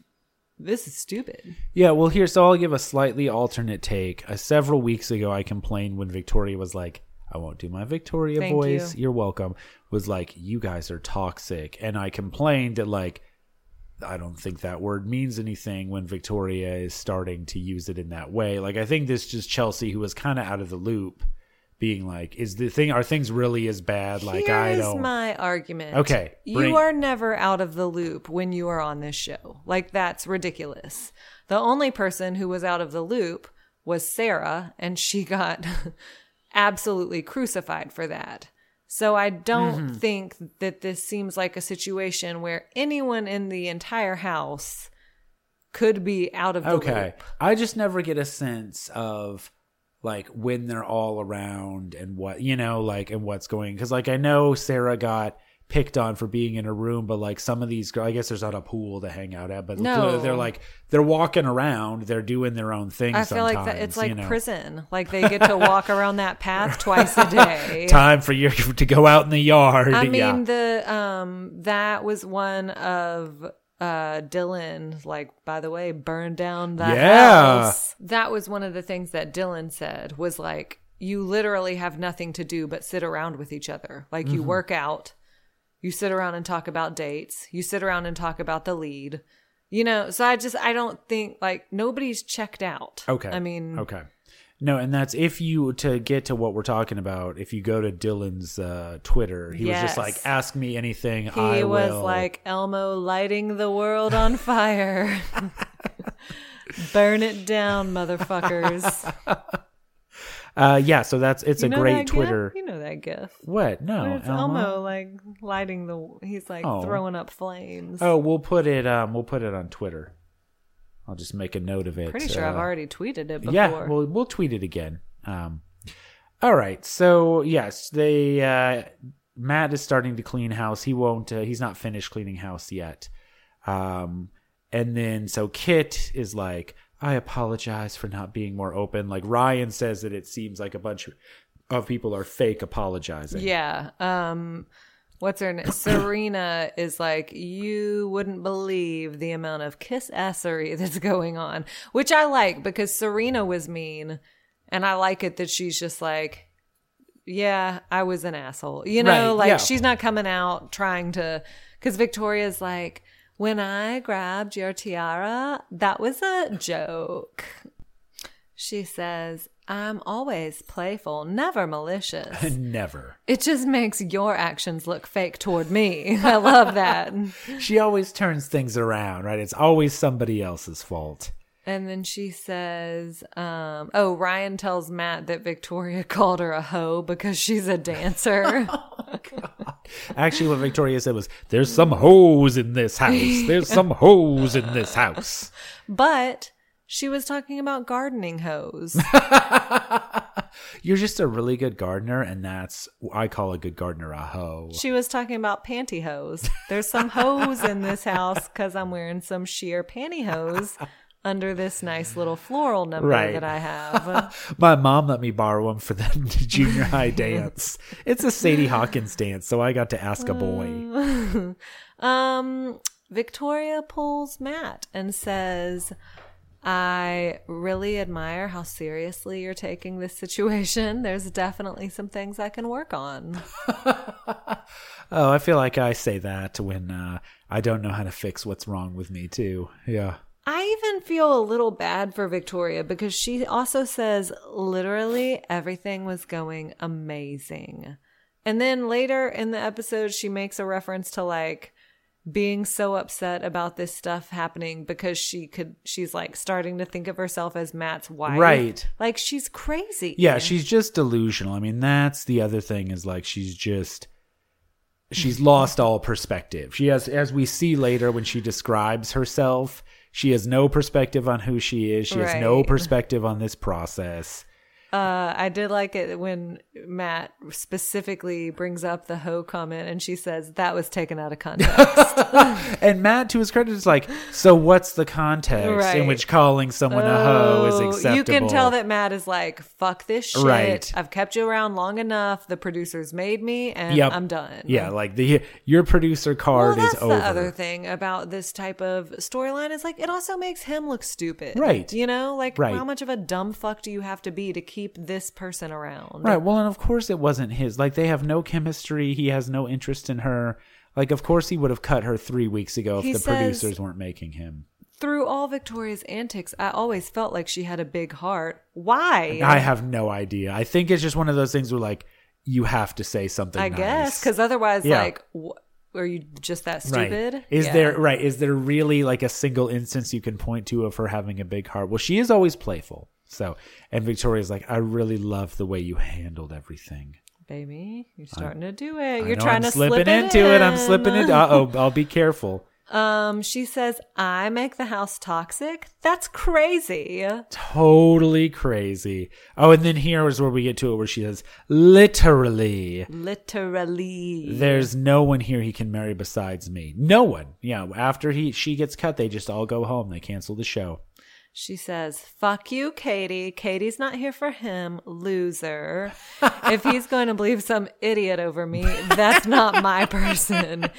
Speaker 2: this is stupid.
Speaker 1: Yeah, well, here, so I'll give a slightly alternate take. Uh, several weeks ago, I complained when Victoria was like, I won't do my Victoria
Speaker 2: Thank
Speaker 1: voice. You. are welcome. Was like, you guys are toxic. And I complained that, like, I don't think that word means anything when Victoria is starting to use it in that way. Like, I think this just Chelsea, who was kind of out of the loop, being like, is the thing are things really as bad? Like I
Speaker 2: Here's
Speaker 1: don't.
Speaker 2: my argument.
Speaker 1: Okay, bring-
Speaker 2: You are never out of the loop when you are on this show. Like, that's ridiculous. The only person who was out of the loop was Sarah, and she [LAUGHS] got absolutely crucified for that. So I don't
Speaker 1: Mm-hmm.
Speaker 2: think that this seems like a situation where anyone in the entire house could be out of the
Speaker 1: okay,
Speaker 2: loop.
Speaker 1: I just never get a sense of like when they're all around and what you know, like and what's going. Because like I know Sarah got picked on for being in a room, but like some of these, girl- I guess there's not a pool to hang out at, but
Speaker 2: No.
Speaker 1: they're like they're walking around, they're doing their own thing.
Speaker 2: I feel like that
Speaker 1: sometimes,
Speaker 2: it's like
Speaker 1: you know.
Speaker 2: prison. Like
Speaker 1: [LAUGHS]
Speaker 2: they get to walk around that path twice a day.
Speaker 1: Time for you [LAUGHS] to go out in the yard.
Speaker 2: I mean,
Speaker 1: yeah.
Speaker 2: the um, that was one of uh Dylan. Like, by the way, burn down that
Speaker 1: Yeah.
Speaker 2: house. That was one of the things that Dylan said was like, you literally have nothing to do but sit around with each other. Like, you
Speaker 1: Mm-hmm.
Speaker 2: work out, you sit around and talk about dates, you sit around and talk about the lead. You know, so I just I don't think like nobody's checked out.
Speaker 1: Okay.
Speaker 2: I mean,
Speaker 1: okay. No, and that's if you to get to what we're talking about. If you go to Dylan's uh, Twitter, he was just
Speaker 2: Yes.
Speaker 1: like, "Ask me anything."
Speaker 2: He
Speaker 1: I
Speaker 2: was
Speaker 1: will."
Speaker 2: like Elmo lighting the world
Speaker 1: [LAUGHS]
Speaker 2: on fire. Burn it down,
Speaker 1: [LAUGHS]
Speaker 2: motherfuckers.
Speaker 1: uh, "Yeah." So that's it's
Speaker 2: You
Speaker 1: a
Speaker 2: know that
Speaker 1: great
Speaker 2: gif?
Speaker 1: Twitter.
Speaker 2: You know that gif.
Speaker 1: What? No,
Speaker 2: it's
Speaker 1: Elmo?
Speaker 2: Elmo? like lighting the he's like
Speaker 1: Oh.
Speaker 2: throwing up flames.
Speaker 1: Oh, we'll put it. Um, we'll put it on Twitter. I'll just make a note of it.
Speaker 2: Pretty sure I've
Speaker 1: uh,
Speaker 2: already tweeted it before.
Speaker 1: Yeah, we'll we'll tweet it again. Um, all right. So yes, they uh, Matt is starting to clean house. He won't. Uh, he's not finished cleaning house yet. Um, and then so Kit is like, I apologize for not being more open. Like Ryan says that it seems like a bunch of people are fake apologizing.
Speaker 2: Yeah. Um what's her
Speaker 1: [COUGHS]
Speaker 2: name? Serena is like, you wouldn't believe the amount of kiss assery [LAUGHS] that's going on. Which I like because Serena was mean and I like it that she's just like yeah, I was an asshole. You know,
Speaker 1: Right,
Speaker 2: like
Speaker 1: yeah.
Speaker 2: she's not coming out trying to, because Victoria's like, when I grabbed your tiara, that was a joke. She says, I'm always playful, never malicious.
Speaker 1: [LAUGHS] Never.
Speaker 2: It just makes your actions look fake toward me. [LAUGHS] I love that.
Speaker 1: She always turns things around, right? It's always somebody else's fault.
Speaker 2: and then she says, um, Oh, Ryan tells Matt that Victoria called her a hoe because she's a dancer.
Speaker 1: Actually, what Victoria said was, "There's some hoes in this house. There's some hoes in this house."
Speaker 2: but she was talking about gardening hoes.
Speaker 1: You're just a really good gardener, and that's I call a good gardener a hoe.
Speaker 2: she was talking about pantyhose. There's some hoes in this house because I'm wearing some sheer pantyhose under this nice little floral number
Speaker 1: Right.
Speaker 2: that I have.
Speaker 1: My mom let me borrow them [LAUGHS] for the junior high dance. It's a Sadie Hawkins dance, so I got to ask a boy.
Speaker 2: Um, Victoria pulls Matt and says, I really admire how seriously you're taking this situation. [LAUGHS] There's definitely some things I can work on.
Speaker 1: Oh, I feel like I say that when uh, I don't know how to fix what's wrong with me too. Yeah.
Speaker 2: I even feel a little bad for Victoria because she also says literally everything was going amazing. And then later in the episode, she makes a reference to like being so upset about this stuff happening because she could, she's like starting to think of herself as Matt's wife.
Speaker 1: Right.
Speaker 2: Like she's crazy.
Speaker 1: yeah she's just delusional i mean that's the other thing is like she's just she's lost all perspective she has as we see later when she describes herself she has no perspective on who she is she has no
Speaker 2: Right.
Speaker 1: perspective on this process
Speaker 2: Uh, I did like it when Matt specifically brings up the hoe comment and she says that was taken out of context.
Speaker 1: and matt to his credit is like so what's the context in
Speaker 2: Right.
Speaker 1: which calling someone a hoe is
Speaker 2: Oh,
Speaker 1: acceptable
Speaker 2: You can tell that Matt is like, fuck this shit.
Speaker 1: Right.
Speaker 2: I've kept you around long enough. The producers made me and
Speaker 1: Yep.
Speaker 2: I'm done.
Speaker 1: yeah like the your producer
Speaker 2: Well,
Speaker 1: card
Speaker 2: that's
Speaker 1: is
Speaker 2: the
Speaker 1: over
Speaker 2: other thing about this type of storyline is like it also makes him look stupid.
Speaker 1: Right.
Speaker 2: You know, like
Speaker 1: Right.
Speaker 2: how much of a dumb fuck do you have to be to keep this person around?
Speaker 1: Right. Well, and of course it wasn't his. Like they have no chemistry. He has no interest in her. Like of course he would have cut her three weeks ago if
Speaker 2: He
Speaker 1: the
Speaker 2: says-
Speaker 1: producers weren't making him.
Speaker 2: Through all Victoria's antics, I always felt like she had a big heart. Why?
Speaker 1: I have no idea. I think it's just one of those things where like you have to say something.
Speaker 2: I
Speaker 1: nice.
Speaker 2: guess because otherwise,
Speaker 1: Yeah.
Speaker 2: like, wh- are you just that
Speaker 1: Right.
Speaker 2: stupid?
Speaker 1: Is
Speaker 2: Yeah.
Speaker 1: there right? Is there really like a single instance you can point to of her having a big heart? Well, she is always playful. So, and Victoria's like, I really love the way you handled everything.
Speaker 2: baby? You're starting to do it.
Speaker 1: I
Speaker 2: You're
Speaker 1: know
Speaker 2: trying
Speaker 1: I'm
Speaker 2: to
Speaker 1: slipping
Speaker 2: slip it
Speaker 1: into it. I'm slipping
Speaker 2: in.
Speaker 1: into. Uh oh, I'll be careful.
Speaker 2: [LAUGHS] Um, she says, "I make the house toxic." That's crazy.
Speaker 1: Totally crazy. Oh, and then here is where we get to it, where she says, literally.
Speaker 2: Literally.
Speaker 1: There's no one here he can marry besides me. No one. Yeah. After he she gets cut, they just all go home. They cancel the show.
Speaker 2: She says, Fuck you, Katie. Katie's not here for him. Loser. if he's going to believe some idiot over me, that's not
Speaker 1: [LAUGHS]
Speaker 2: my person.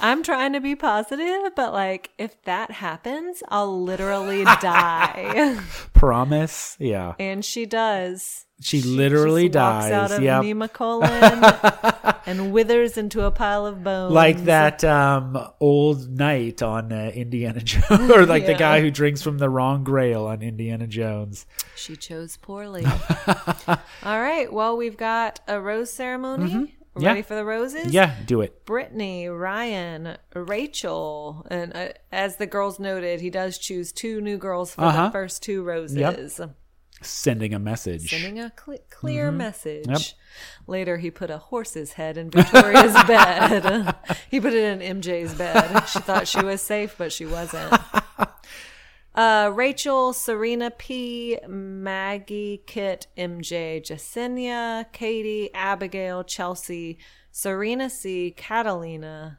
Speaker 2: I'm trying to be positive, but like, if that happens,
Speaker 1: [LAUGHS]
Speaker 2: I'll literally die.
Speaker 1: Promise. Yeah.
Speaker 2: and she does.
Speaker 1: She literally
Speaker 2: Just
Speaker 1: dies.
Speaker 2: Walks out of
Speaker 1: Yep. [LAUGHS]
Speaker 2: Nima Colon and withers into a pile of bones.
Speaker 1: like that um, old knight on uh, Indiana [LAUGHS] Jones, or like the
Speaker 2: Yeah.
Speaker 1: guy who drinks from the wrong grail on Indiana Jones.
Speaker 2: She chose
Speaker 1: [LAUGHS]
Speaker 2: poorly. All right. Well, we've got a rose ceremony.
Speaker 1: Mm-hmm. Yeah.
Speaker 2: Ready for the roses?
Speaker 1: Yeah, do it.
Speaker 2: Brittany, Ryan, Rachel, and uh, as the girls noted, he does choose two new girls for
Speaker 1: Uh-huh.
Speaker 2: the first two roses,
Speaker 1: Sending a message.
Speaker 2: sending a cle clear
Speaker 1: Mm-hmm.
Speaker 2: message. Later, he put a horse's head
Speaker 1: [LAUGHS]
Speaker 2: in Victoria's bed. [LAUGHS] he put it in MJ's bed. She thought she was safe, but she wasn't. Uh, Rachel, Serena P, Maggie, Kit, MJ, Jasenia, Katie, Abigail, Chelsea, Serena C, Catalina.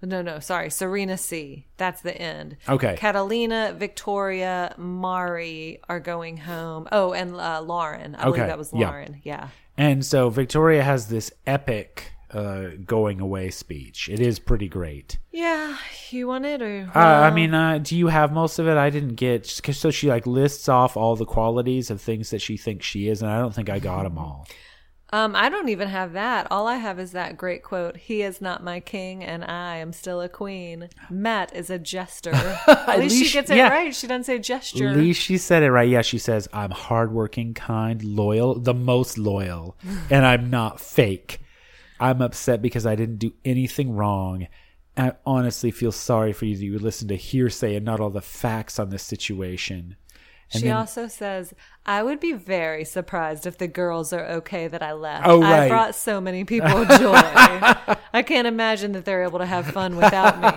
Speaker 2: No, no, sorry, Serena C. That's the end.
Speaker 1: Okay.
Speaker 2: Catalina, Victoria, Mari are going home. Oh, and uh, Lauren. I
Speaker 1: Okay,
Speaker 2: believe that was
Speaker 1: yeah.
Speaker 2: Lauren. Yeah.
Speaker 1: And so Victoria has this epic uh, going away speech. It is pretty great.
Speaker 2: Yeah. You want it or?
Speaker 1: Uh, I mean, uh, do you have most of it? I didn't get. 'cause So she like lists off all the qualities of things that she thinks she is, and I don't think I got them all.
Speaker 2: Um, I don't even have that. All I have is that great quote He is not my king, and I am still a queen. Matt is a jester.
Speaker 1: [LAUGHS]
Speaker 2: At least,
Speaker 1: least-
Speaker 2: she gets it
Speaker 1: yeah.
Speaker 2: right. She doesn't say gesture.
Speaker 1: At least she said it right. Yeah, she says, I'm hardworking, kind, loyal, the most loyal, and I'm not fake. I'm upset because I didn't do anything wrong. I honestly feel sorry for you that you listened to hearsay and not all the facts on this situation. And
Speaker 2: she
Speaker 1: then-
Speaker 2: also says, I would be very surprised if the girls are okay that I left.
Speaker 1: Oh,
Speaker 2: I
Speaker 1: right.
Speaker 2: brought so
Speaker 1: [LAUGHS]
Speaker 2: many people joy. I can't imagine that they're able to have fun without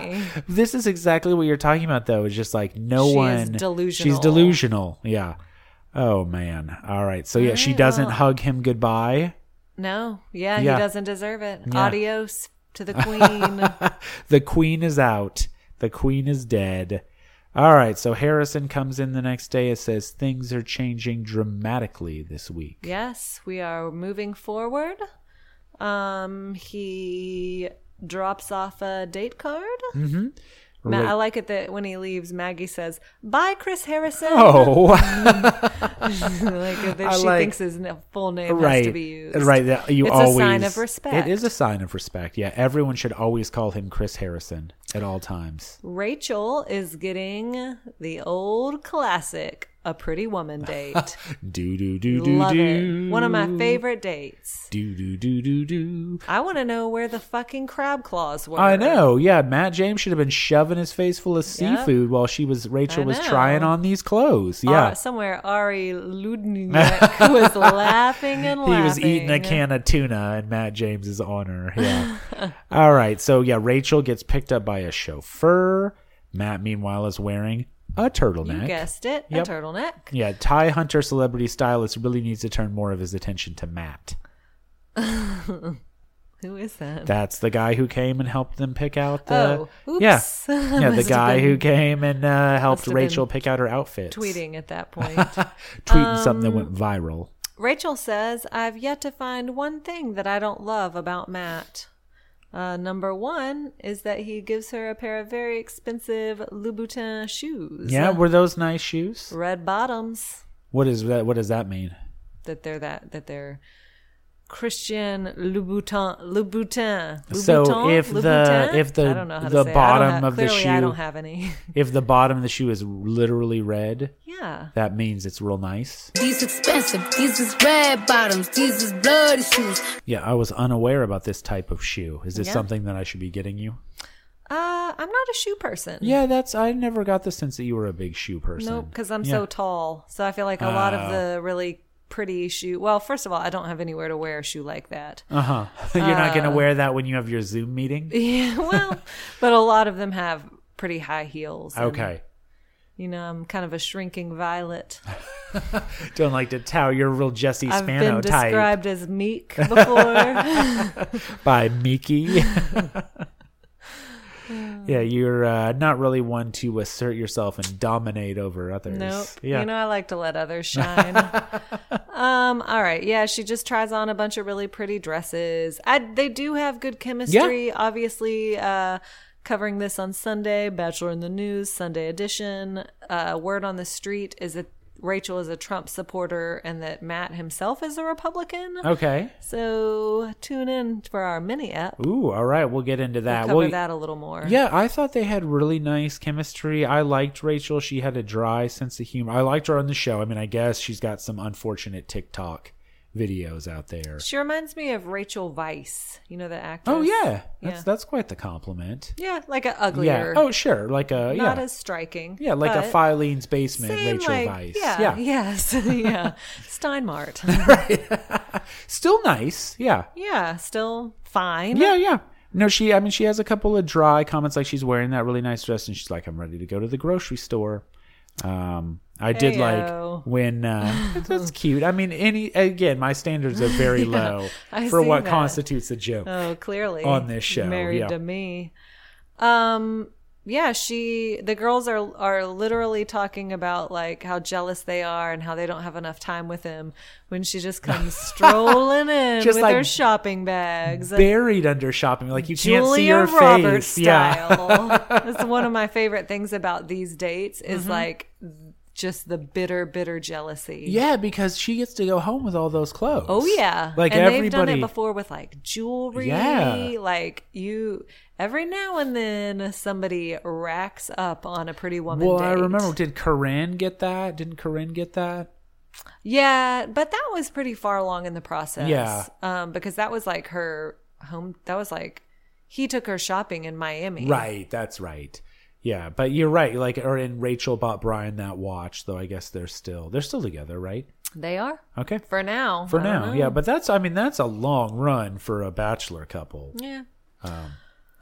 Speaker 1: [LAUGHS]
Speaker 2: me.
Speaker 1: This is exactly what you're talking about, though. It's just like no
Speaker 2: She is
Speaker 1: one. She's
Speaker 2: delusional.
Speaker 1: delusional. Yeah. Oh, man. All right. So, yeah, she doesn't hug him goodbye.
Speaker 2: No, yeah,
Speaker 1: Yeah.
Speaker 2: he doesn't deserve it.
Speaker 1: Yeah.
Speaker 2: Adios to the queen.
Speaker 1: The queen is out. The queen is dead. All right, so Harrison comes in the next day and says things are changing dramatically this week.
Speaker 2: Yes, we are moving forward. Um, he drops off a date card. Mm-hmm. Ma- I like it that when he leaves, Maggie says, "Bye, Chris Harrison."
Speaker 1: Oh,
Speaker 2: [LAUGHS] like that
Speaker 1: [LAUGHS] I
Speaker 2: she
Speaker 1: like-
Speaker 2: thinks his n- full name has to
Speaker 1: [LAUGHS] right,
Speaker 2: be used.
Speaker 1: right. That you
Speaker 2: It's a
Speaker 1: always
Speaker 2: sign of respect.
Speaker 1: It is a sign of respect. Yeah, everyone should always call him Chris Harrison at all times.
Speaker 2: Rachel is getting the old classic, a pretty
Speaker 1: [LAUGHS]
Speaker 2: woman date.
Speaker 1: Do do do do
Speaker 2: Love
Speaker 1: do.
Speaker 2: it. One of my favorite dates.
Speaker 1: Do do do do do.
Speaker 2: I want to know where the fucking crab claws were.
Speaker 1: I know. Yeah, Matt James should have been shoving his face full of
Speaker 2: Yep.
Speaker 1: seafood while she was Rachel
Speaker 2: I
Speaker 1: was
Speaker 2: know.
Speaker 1: trying on these clothes.
Speaker 2: Ar-
Speaker 1: Yeah.
Speaker 2: uh, somewhere Ari Ludniak [LAUGHS] was laughing and
Speaker 1: he
Speaker 2: laughing.
Speaker 1: was eating a can of tuna in Matt James's honor. Yeah. [LAUGHS] All right. So yeah, Rachel gets picked up by a chauffeur. Matt, meanwhile, is wearing a turtleneck.
Speaker 2: You guessed it,
Speaker 1: Yep.
Speaker 2: a turtleneck.
Speaker 1: Yeah, Ty Hunter, celebrity stylist, really needs to turn more of his attention to Matt.
Speaker 2: Who is that?
Speaker 1: That's the guy who came and helped them pick out the.
Speaker 2: Oh, oops. [LAUGHS]
Speaker 1: Yeah,
Speaker 2: I
Speaker 1: yeah, the
Speaker 2: must have
Speaker 1: guy
Speaker 2: been
Speaker 1: who came and uh, helped
Speaker 2: must have
Speaker 1: Rachel pick out her outfits.
Speaker 2: [LAUGHS] tweeting Um, at that
Speaker 1: [LAUGHS]
Speaker 2: point.
Speaker 1: tweeting something that went viral.
Speaker 2: Rachel says, "I've yet to find one thing that I don't love about Matt." Uh, number one is that he gives her a pair of very expensive Louboutin shoes.
Speaker 1: Yeah, were those nice shoes?
Speaker 2: red bottoms.
Speaker 1: What is that? What does that mean?
Speaker 2: That they're that that they're Christian Louboutin. Louboutin. Louboutin?
Speaker 1: So if the-
Speaker 2: Louboutin?
Speaker 1: if the-
Speaker 2: I don't know how
Speaker 1: the
Speaker 2: to say it. I don't
Speaker 1: bottom
Speaker 2: have-
Speaker 1: of the
Speaker 2: clearly I
Speaker 1: shoe-
Speaker 2: don't have any. [LAUGHS]
Speaker 1: If the bottom of the shoe is literally red,
Speaker 2: yeah.
Speaker 1: that means it's real nice.
Speaker 5: These expensive, these is red bottoms, these is bloody shoes.
Speaker 1: Yeah, I was unaware about this type of shoe. Is this
Speaker 2: Yeah.
Speaker 1: something that I should be getting you?
Speaker 2: Uh, I'm not a shoe person.
Speaker 1: Yeah, that's. I never got the sense that you were a big shoe person.
Speaker 2: Nope, because I'm
Speaker 1: Yeah. Oh.
Speaker 2: so tall. So I feel like a lot of the really pretty shoe. Well, first of all, I don't have anywhere to wear a shoe like that.
Speaker 1: Uh-huh. [LAUGHS] You're not going to wear that when you have your Zoom meeting?
Speaker 2: [LAUGHS] uh, yeah, well, but a lot of them have pretty high heels. and,
Speaker 1: Okay.
Speaker 2: You know, I'm kind of a shrinking violet.
Speaker 1: Don't like to tout. You're a real Jesse
Speaker 2: I've
Speaker 1: Spano
Speaker 2: been
Speaker 1: type
Speaker 2: described as
Speaker 1: [LAUGHS]
Speaker 2: meek before.
Speaker 1: by
Speaker 2: [LAUGHS]
Speaker 1: Miki. [LAUGHS] yeah, you're uh, not really one to assert yourself and dominate over others.
Speaker 2: nope.
Speaker 1: Yeah.
Speaker 2: You know, I like to
Speaker 1: [LAUGHS]
Speaker 2: let others shine. um, all right. Yeah, she just tries on a bunch of really pretty dresses. I, they do have good chemistry, obviously. Uh, covering this on Sunday, Bachelor in the News, Sunday edition. Uh, word on the street is that Rachel is a Trump supporter and that Matt himself is a Republican.
Speaker 1: okay.
Speaker 2: So tune in for our mini app.
Speaker 1: Ooh, all right. We'll get into that.
Speaker 2: Cover
Speaker 1: Well,
Speaker 2: that a little more.
Speaker 1: Yeah, I thought they had really nice chemistry. I liked Rachel. She had a dry sense of humor. I liked her on the show. I mean, I guess she's got some unfortunate TikTok videos out there.
Speaker 2: She reminds me of Rachel Weisz. You know the actress.
Speaker 1: Oh yeah, that's
Speaker 2: Yeah.
Speaker 1: that's quite the compliment.
Speaker 2: Yeah, like a uglier.
Speaker 1: Yeah. Oh sure, like a
Speaker 2: not
Speaker 1: yeah,
Speaker 2: as striking.
Speaker 1: yeah, like a
Speaker 2: but
Speaker 1: Filene's basement,
Speaker 2: same,
Speaker 1: Rachel
Speaker 2: like-
Speaker 1: Weiss.
Speaker 2: Yeah,
Speaker 1: Yeah. [LAUGHS]
Speaker 2: Yes. [LAUGHS] yeah. Steinmart. [LAUGHS]
Speaker 1: still nice. Yeah,
Speaker 2: Yeah. Still fine.
Speaker 1: yeah, yeah. No, she. I mean, she has a couple of dry comments, like she's wearing that really nice dress, and she's like, "I'm ready to go to the grocery store." Um, I did
Speaker 2: Heyo.
Speaker 1: like when uh,
Speaker 2: [LAUGHS]
Speaker 1: that's- that's cute. I mean, any again, my standards are very low
Speaker 2: I
Speaker 1: for
Speaker 2: see
Speaker 1: what
Speaker 2: that.
Speaker 1: constitutes a joke.
Speaker 2: Oh, clearly
Speaker 1: On this show,
Speaker 2: married
Speaker 1: yeah.
Speaker 2: to me. Um. Yeah, she. The girls are are literally talking about like how jealous they are and how they don't have enough time with him when she
Speaker 1: [LAUGHS]
Speaker 2: just comes strolling in
Speaker 1: Just
Speaker 2: with
Speaker 1: like
Speaker 2: her shopping bags. and
Speaker 1: Buried under shopping, like you can't see
Speaker 2: Julia
Speaker 1: your
Speaker 2: Roberts
Speaker 1: face. Yeah.
Speaker 2: style. That's one of my favorite things about these dates is
Speaker 1: Mm-hmm.
Speaker 2: like just the bitter, bitter jealousy.
Speaker 1: [LAUGHS] Yeah, because she gets to go home with all those clothes.
Speaker 2: Oh yeah.
Speaker 1: like
Speaker 2: and
Speaker 1: everybody.
Speaker 2: they've done it before with like jewelry.
Speaker 1: Yeah.
Speaker 2: Like you every now and then somebody racks up on a pretty woman.
Speaker 1: Well,
Speaker 2: date.
Speaker 1: I remember. Did Corinne get that? Didn't Corinne get that?
Speaker 2: Yeah, but that was pretty far along in the process.
Speaker 1: Yeah.
Speaker 2: Um, because that was like her home that was like he took her shopping in Miami.
Speaker 1: Right, that's right. Yeah, but you're right. Like, or in Rachel bought Brian that watch, though. I guess they're still they're still together, right?
Speaker 2: They are.
Speaker 1: Okay,
Speaker 2: For now.
Speaker 1: for
Speaker 2: I don't
Speaker 1: now,
Speaker 2: know.
Speaker 1: yeah. But that's I mean that's a long run for a bachelor couple.
Speaker 2: Yeah.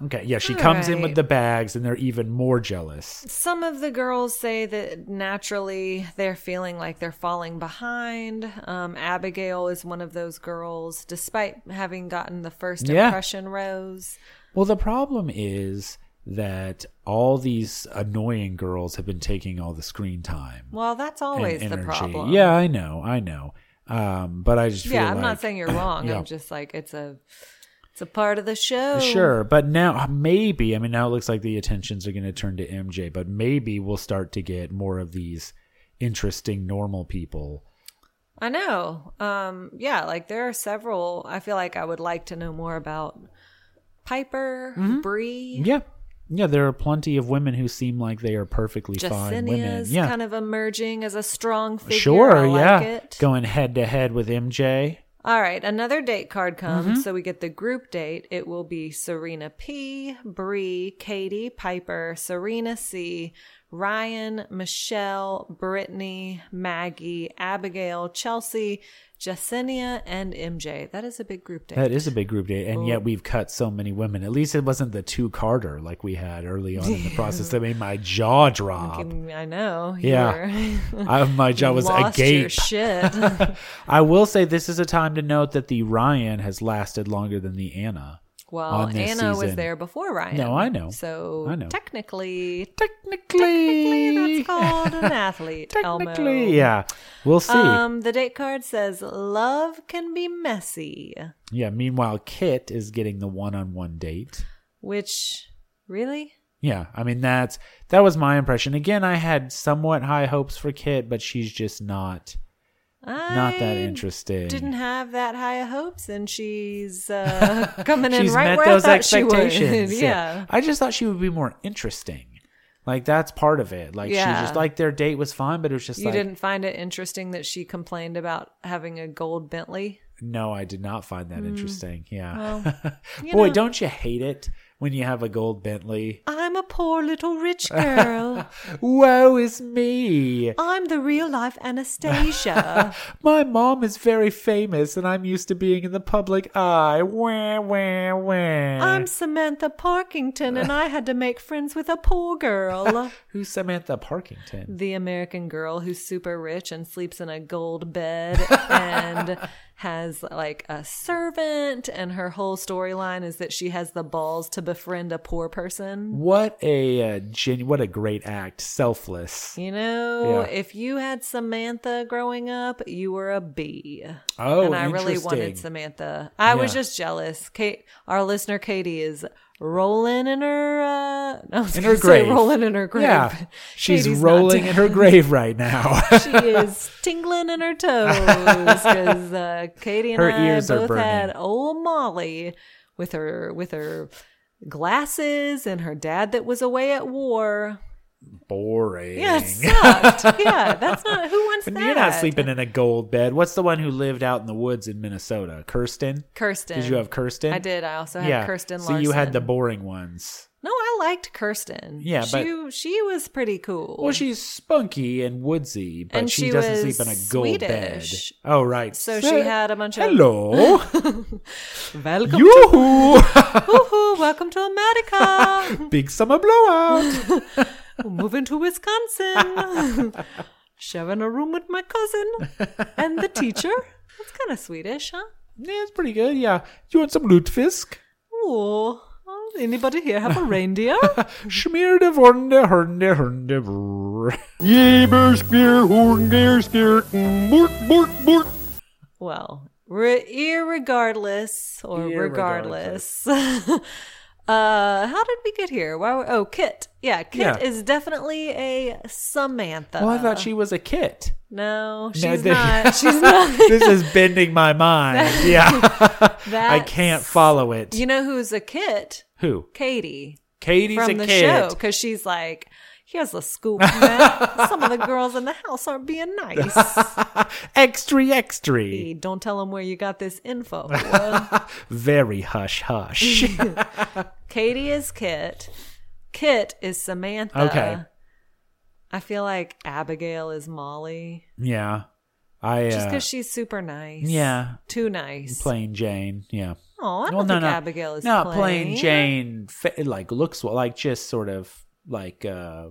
Speaker 1: Okay, yeah. She
Speaker 2: All
Speaker 1: comes in
Speaker 2: right.
Speaker 1: with the bags, and they're even more jealous.
Speaker 2: Some of the girls say that naturally they're feeling like they're falling behind. Um, Abigail is one of those girls, despite having gotten the first
Speaker 1: Yeah.
Speaker 2: impression rose.
Speaker 1: Well, the problem is that all these annoying girls have been taking all the screen time.
Speaker 2: Well, that's
Speaker 1: and
Speaker 2: always the
Speaker 1: energy.
Speaker 2: problem.
Speaker 1: Yeah, I know, I know. Um, but I just feel
Speaker 2: yeah. I'm
Speaker 1: like-
Speaker 2: not saying you're
Speaker 1: [CLEARS THROAT]
Speaker 2: wrong.
Speaker 1: Yeah.
Speaker 2: I'm just Oh. like it's a, it's a part of the show.
Speaker 1: Sure, but now maybe I mean now it looks like the attentions are going to turn to MJ, but maybe we'll start to get more of these interesting normal people.
Speaker 2: I know. Um, yeah, like there are several. I feel like I would like to know more about Piper,
Speaker 1: Mm-hmm.
Speaker 2: Bree.
Speaker 1: Yeah, yeah, there are plenty of women who seem like they are perfectly fine women.
Speaker 2: Jasinia's
Speaker 1: Yeah,
Speaker 2: kind of emerging as a strong figure.
Speaker 1: sure,
Speaker 2: I like
Speaker 1: yeah,
Speaker 2: It.
Speaker 1: going head to head with MJ.
Speaker 2: All right, another date card comes,
Speaker 1: Mm-hmm.
Speaker 2: so we get the group date. It will be Serena P, Bree, Katie, Piper, Serena C, Ryan, Michelle, Brittany, Maggie, Abigail, Chelsea, Jacinia, and MJ. That is a big group date.
Speaker 1: That is a big group date, and yet we've cut so many women. At least it wasn't the two Carter like we had early on in the
Speaker 2: [LAUGHS]
Speaker 1: process that made my jaw drop.
Speaker 2: I know.
Speaker 1: Yeah.
Speaker 2: [LAUGHS] you
Speaker 1: [LAUGHS]
Speaker 2: were-
Speaker 1: I, my jaw was
Speaker 2: lost your
Speaker 1: agape.
Speaker 2: shit.
Speaker 1: [LAUGHS] I will say this is a time to note that the Ryan has lasted longer than the Anna.
Speaker 2: well,
Speaker 1: on
Speaker 2: Anna
Speaker 1: this
Speaker 2: was
Speaker 1: season.
Speaker 2: there before Ryan.
Speaker 1: No, I know.
Speaker 2: So
Speaker 1: I know.
Speaker 2: technically,
Speaker 1: Technically,
Speaker 2: technically that's called an
Speaker 1: [LAUGHS]
Speaker 2: athlete.
Speaker 1: technically,
Speaker 2: Elmo.
Speaker 1: yeah. We'll see.
Speaker 2: Um, the date card says love can be messy,
Speaker 1: yeah. Meanwhile, Kit is getting the one-on-one date.
Speaker 2: which really
Speaker 1: Yeah, I mean that's that was my impression. Again, I had somewhat high hopes for Kit, but she's just not Not that
Speaker 2: I
Speaker 1: interesting.
Speaker 2: Didn't have that high of hopes, and
Speaker 1: [LAUGHS]
Speaker 2: she's uh, coming in
Speaker 1: She's
Speaker 2: right
Speaker 1: met
Speaker 2: where
Speaker 1: those
Speaker 2: I thought she would. [LAUGHS]
Speaker 1: expectations.
Speaker 2: yeah.
Speaker 1: I just thought she would be more interesting. Like that's part of it. Like she
Speaker 2: Yeah.
Speaker 1: just like their date was fine, but it was just
Speaker 2: You
Speaker 1: like
Speaker 2: didn't find it interesting that she complained about having a gold Bentley?
Speaker 1: no, I did not find that interesting. Yeah.
Speaker 2: Mm.
Speaker 1: [LAUGHS]
Speaker 2: you
Speaker 1: Boy,
Speaker 2: know.
Speaker 1: don't you hate it when you have a gold Bentley?
Speaker 2: I'm a poor
Speaker 1: [LAUGHS]
Speaker 2: little rich girl.
Speaker 1: Woe is me.
Speaker 2: I'm the real life
Speaker 1: [LAUGHS]
Speaker 2: Anastasia.
Speaker 1: My mom is very famous and I'm used to being in the public eye. Wah, wah, wah.
Speaker 2: I'm Samantha Parkington, and I had to make friends with a
Speaker 1: [LAUGHS]
Speaker 2: poor girl.
Speaker 1: Who's Samantha Parkington?
Speaker 2: the American girl who's super rich and sleeps in a
Speaker 1: [LAUGHS]
Speaker 2: gold bed and has like a servant, and her whole storyline is that she has the balls to befriend a poor person.
Speaker 1: What a uh, gen- what a great act. Selfless.
Speaker 2: You know,
Speaker 1: Yeah.
Speaker 2: if you had Samantha growing up, you were a bee.
Speaker 1: Oh,
Speaker 2: and I really wanted
Speaker 1: interesting.
Speaker 2: Samantha. I was
Speaker 1: Yeah.
Speaker 2: just jealous. Kate, our listener Katie is rolling in her. Uh, I was
Speaker 1: In
Speaker 2: gonna
Speaker 1: her
Speaker 2: say
Speaker 1: grave.
Speaker 2: rolling in her grave. [LAUGHS]
Speaker 1: Yeah. She's
Speaker 2: Katie's not
Speaker 1: rolling
Speaker 2: dead.
Speaker 1: in her grave right
Speaker 2: [LAUGHS]
Speaker 1: now.
Speaker 2: she is tingling in her toes because uh, Katie and
Speaker 1: Her
Speaker 2: I
Speaker 1: ears are
Speaker 2: both
Speaker 1: burning.
Speaker 2: had old Molly with her with her glasses and her dad that was away at war.
Speaker 1: Boring.
Speaker 2: Yeah,
Speaker 1: [LAUGHS]
Speaker 2: it sucked. yeah, that's not who wants
Speaker 1: And
Speaker 2: that.
Speaker 1: You're not sleeping in a gold bed. What's the one who lived out in the woods in Minnesota? Kirsten?
Speaker 2: Kirsten.
Speaker 1: Did you have Kirsten?
Speaker 2: I did. I also had Kirsten.
Speaker 1: So
Speaker 2: Larson.
Speaker 1: you had the boring ones.
Speaker 2: No, I liked Kirsten.
Speaker 1: Yeah,
Speaker 2: she she was pretty cool.
Speaker 1: Well, she's spunky and woodsy, but
Speaker 2: And
Speaker 1: she,
Speaker 2: she
Speaker 1: doesn't
Speaker 2: was
Speaker 1: sleep in a gold
Speaker 2: Swedish.
Speaker 1: bed. Oh, right.
Speaker 2: So she had a bunch of- [LAUGHS]
Speaker 1: Hello.
Speaker 2: welcome to
Speaker 1: Yoo-hoo.
Speaker 2: Woohoo, welcome to America.
Speaker 1: [LAUGHS] Big summer blowout.
Speaker 2: moving to
Speaker 1: [LAUGHS]
Speaker 2: Wisconsin, sharing a room with my cousin and the teacher. That's kind of Swedish, huh?
Speaker 1: yeah, it's pretty good. Yeah. You want some
Speaker 2: [LAUGHS]
Speaker 1: lutefisk?
Speaker 2: Ooh, oh, anybody here have a
Speaker 1: [LAUGHS]
Speaker 2: reindeer?
Speaker 1: Schmear de vornde hernde hernde brrr.
Speaker 2: well, re- irregardless or regardless. [LAUGHS] Uh, how did we get here? Why? Were, oh, Kit. Yeah, Kit
Speaker 1: Yeah.
Speaker 2: is definitely a Samantha.
Speaker 1: Well, Oh, I thought she was a kit.
Speaker 2: No, she's
Speaker 1: they- [LAUGHS]
Speaker 2: not. [LAUGHS] She's not.
Speaker 1: this is bending my mind. Yeah. [LAUGHS] I
Speaker 2: That's-
Speaker 1: can't follow it.
Speaker 2: You know who's a Kit?
Speaker 1: Who?
Speaker 2: Katie.
Speaker 1: Katie's
Speaker 2: from
Speaker 1: a
Speaker 2: the
Speaker 1: kid.
Speaker 2: show because she's like, here's the
Speaker 1: [LAUGHS]
Speaker 2: scoop, man. Some of the girls in the house aren't being nice.
Speaker 1: Extra, extra.
Speaker 2: Don't tell them where you got this info.
Speaker 1: Very hush
Speaker 2: [LAUGHS]
Speaker 1: hush. [LAUGHS]
Speaker 2: Katie is Kit. Kit is Samantha.
Speaker 1: Okay.
Speaker 2: I feel like Abigail is Molly
Speaker 1: yeah. I,
Speaker 2: just
Speaker 1: uh,
Speaker 2: because she's super nice.
Speaker 1: yeah.
Speaker 2: Too nice.
Speaker 1: Plain Jane. Yeah.
Speaker 2: Oh, I don't think Abigail is
Speaker 1: no,
Speaker 2: plain.
Speaker 1: Jane. fa- Like, looks like just sort of like, uh,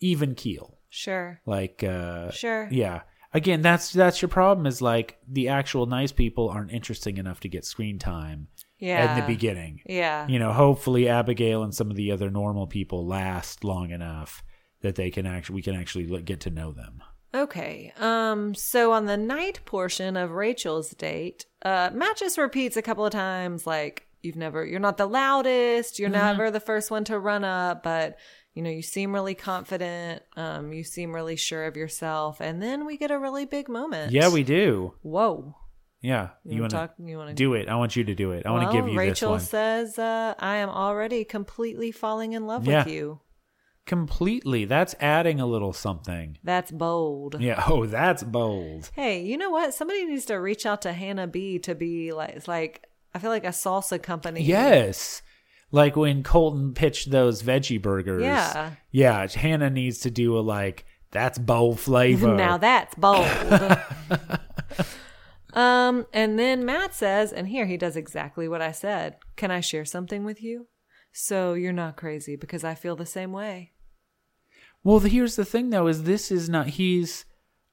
Speaker 1: even keel.
Speaker 2: Sure.
Speaker 1: Like, uh,
Speaker 2: Sure.
Speaker 1: yeah. Again, that's that's your problem is like the actual nice people aren't interesting enough to get screen time
Speaker 2: Yeah.
Speaker 1: in the beginning.
Speaker 2: Yeah.
Speaker 1: you know, hopefully Abigail and some of the other normal people last long enough that they can actually we can actually like, get to know them.
Speaker 2: Okay. Um so on the night portion of Rachel's date, uh Matt just repeats a couple of times like you've never you're not the loudest,
Speaker 1: Mm-hmm.
Speaker 2: you're never the first one to run up, but you know, you seem really confident, um you seem really sure of yourself, and then we get a really big moment.
Speaker 1: Yeah, we do.
Speaker 2: Whoa.
Speaker 1: Yeah, you,
Speaker 2: wanna
Speaker 1: want
Speaker 2: talk-
Speaker 1: to
Speaker 2: you wanna-
Speaker 1: do it? I want you to do it. I want
Speaker 2: well,
Speaker 1: to give you
Speaker 2: Rachel
Speaker 1: this one
Speaker 2: says uh I am already completely falling in love
Speaker 1: Yeah.
Speaker 2: with you.
Speaker 1: completely. That's adding a little something.
Speaker 2: That's bold.
Speaker 1: Yeah. [LAUGHS] Oh, that's bold.
Speaker 2: Hey, you know what? Somebody needs to reach out to Hannah B to be like, it's like I feel like a salsa company.
Speaker 1: Yes. Like when Colton pitched those veggie burgers.
Speaker 2: Yeah.
Speaker 1: Yeah. Hannah needs to do a like. That's bold flavor.
Speaker 2: [LAUGHS] [LAUGHS] Now that's
Speaker 1: [LAUGHS]
Speaker 2: bold. um, and then Matt says, and here he does exactly what I said. Can I share something with you? So you're not crazy because I feel the same way.
Speaker 1: Well, the- here's the thing though: is this is not he's.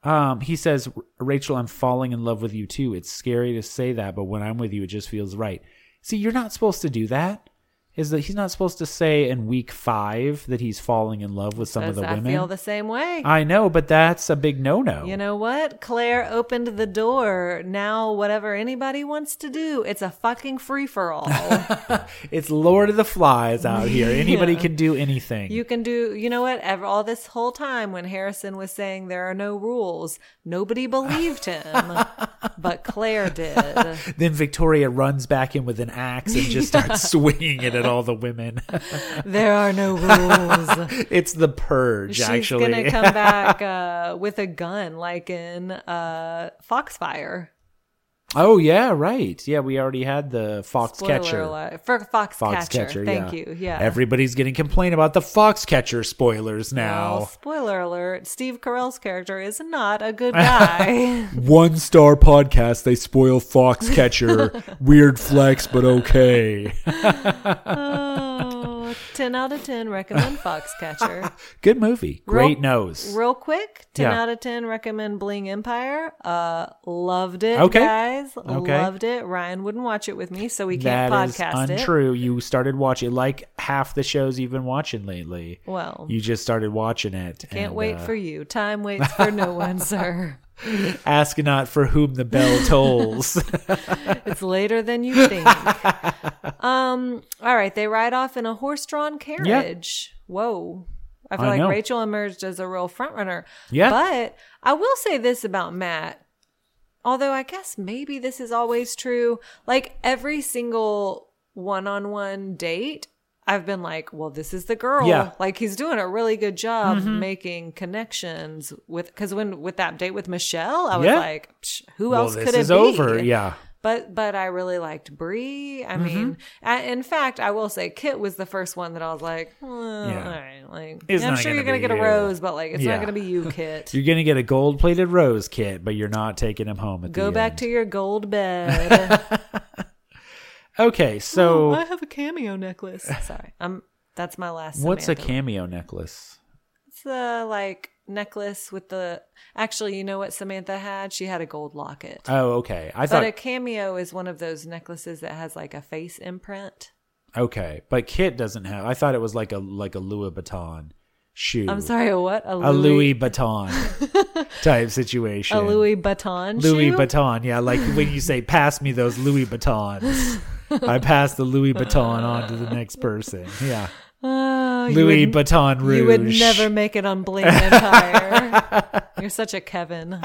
Speaker 1: Um, he says, Rachel, I'm falling in love with you too. It's scary to say that, but when I'm with you, it just feels right. See, you're not supposed to do that. is that he's not supposed to say in week five that he's falling in love with some of
Speaker 2: Says,
Speaker 1: the
Speaker 2: I
Speaker 1: women.
Speaker 2: feel the same way.
Speaker 1: I know, but that's a big no-no.
Speaker 2: You know what? Claire opened the door. Now, whatever anybody wants to do, it's a fucking free for all.
Speaker 1: it's Lord of the Flies out
Speaker 2: [LAUGHS]
Speaker 1: here. Anybody can do anything.
Speaker 2: you can do, you know what? Ever, all this whole time when Harrison was saying there are no rules, nobody believed him,
Speaker 1: [LAUGHS]
Speaker 2: but Claire did.
Speaker 1: then Victoria runs back in with an axe and
Speaker 2: [LAUGHS]
Speaker 1: just starts swinging it at all the women. [LAUGHS]
Speaker 2: There are no rules.
Speaker 1: it's the purge,
Speaker 2: She's
Speaker 1: actually.
Speaker 2: gonna come back uh, with a gun, like in uh, Foxfire.
Speaker 1: oh yeah, right. Yeah, we already had the fox
Speaker 2: Spoiler
Speaker 1: catcher.
Speaker 2: alert for Foxcatcher.
Speaker 1: Foxcatcher,
Speaker 2: Thank
Speaker 1: yeah.
Speaker 2: you. Yeah.
Speaker 1: Everybody's getting complained about the Foxcatcher spoilers
Speaker 2: Well,
Speaker 1: now.
Speaker 2: spoiler alert: Steve Carell's character is not a
Speaker 1: [LAUGHS]
Speaker 2: good guy.
Speaker 1: One star podcast, they spoil
Speaker 2: [LAUGHS]
Speaker 1: Foxcatcher. Weird flex, but okay.
Speaker 2: oh, ten out of ten recommend Foxcatcher.
Speaker 1: Good movie.
Speaker 2: Real-
Speaker 1: Great nose.
Speaker 2: Real quick, ten
Speaker 1: Yeah.
Speaker 2: out of ten recommend Bling Empire. Uh, loved it,
Speaker 1: Okay.
Speaker 2: guys.
Speaker 1: Okay.
Speaker 2: Loved it. Ryan wouldn't watch it with me, so we can't
Speaker 1: That is
Speaker 2: podcast eh? it.
Speaker 1: untrue. You started watching like half the shows you've been watching lately.
Speaker 2: Well,
Speaker 1: You just started watching it.
Speaker 2: Can't
Speaker 1: and,
Speaker 2: wait
Speaker 1: uh,
Speaker 2: for you. Time waits for
Speaker 1: [LAUGHS]
Speaker 2: no one, sir.
Speaker 1: Ask not for whom the
Speaker 2: [LAUGHS]
Speaker 1: bell tolls.
Speaker 2: It's later than
Speaker 1: [LAUGHS]
Speaker 2: you think. Um, all right, they ride off in a horse-drawn carriage. Whoa. I feel
Speaker 1: I
Speaker 2: like
Speaker 1: know.
Speaker 2: Rachel emerged as a real front runner.
Speaker 1: Yeah.
Speaker 2: But I will say this about Matt. Although I guess maybe this is always true. Like every single one-on-one date, I've been like, well, this is the girl.
Speaker 1: Yeah. Mm-hmm.
Speaker 2: Like he's doing a really good job making connections with because when with that date with Michelle, I was
Speaker 1: Yeah.
Speaker 2: like, Psh, who
Speaker 1: well,
Speaker 2: else
Speaker 1: this
Speaker 2: could it
Speaker 1: is
Speaker 2: be?
Speaker 1: over. Yeah.
Speaker 2: But but I really liked Brie.
Speaker 1: Mm-hmm.
Speaker 2: I mean, I, in fact, I will say Kit was the first one that I was like, "Uh, all right, like
Speaker 1: It's
Speaker 2: I'm
Speaker 1: not
Speaker 2: sure you're
Speaker 1: gonna be
Speaker 2: gonna get a
Speaker 1: you."
Speaker 2: rose, but like it's
Speaker 1: Yeah.
Speaker 2: not gonna be
Speaker 1: [LAUGHS]
Speaker 2: you, Kit.
Speaker 1: You're gonna get a gold plated rose kit, but you're not taking him home. At
Speaker 2: Go
Speaker 1: the
Speaker 2: back
Speaker 1: end.
Speaker 2: to
Speaker 1: [LAUGHS]
Speaker 2: your gold bed. Oh,
Speaker 1: Okay,
Speaker 2: [LAUGHS]
Speaker 1: so
Speaker 2: have a
Speaker 1: [LAUGHS]
Speaker 2: cameo necklace. Sorry, I'm. That's my last.
Speaker 1: what's a
Speaker 2: Samantha.
Speaker 1: cameo necklace?
Speaker 2: It's a like necklace with the. Actually, you know what Samantha had? She had a gold locket.
Speaker 1: Oh, okay. I
Speaker 2: but
Speaker 1: thought
Speaker 2: a cameo is one of those necklaces that has like a face imprint.
Speaker 1: okay, but Kit doesn't have. I thought it was like a like a Louis Vuitton shoe.
Speaker 2: I'm sorry, a what?
Speaker 1: a
Speaker 2: [LAUGHS]
Speaker 1: Louis Vuitton type situation.
Speaker 2: a Louis Vuitton
Speaker 1: Louis
Speaker 2: shoe?
Speaker 1: Vuitton. Yeah, like when you say, "Pass me those Louis Vuittons." I pass the Louis Vuitton on to the next person. Yeah,
Speaker 2: Oh, you
Speaker 1: Louis
Speaker 2: would-
Speaker 1: Vuitton Rouge.
Speaker 2: You would never make it on
Speaker 1: [LAUGHS]
Speaker 2: Bling Empire. You're such a Kevin.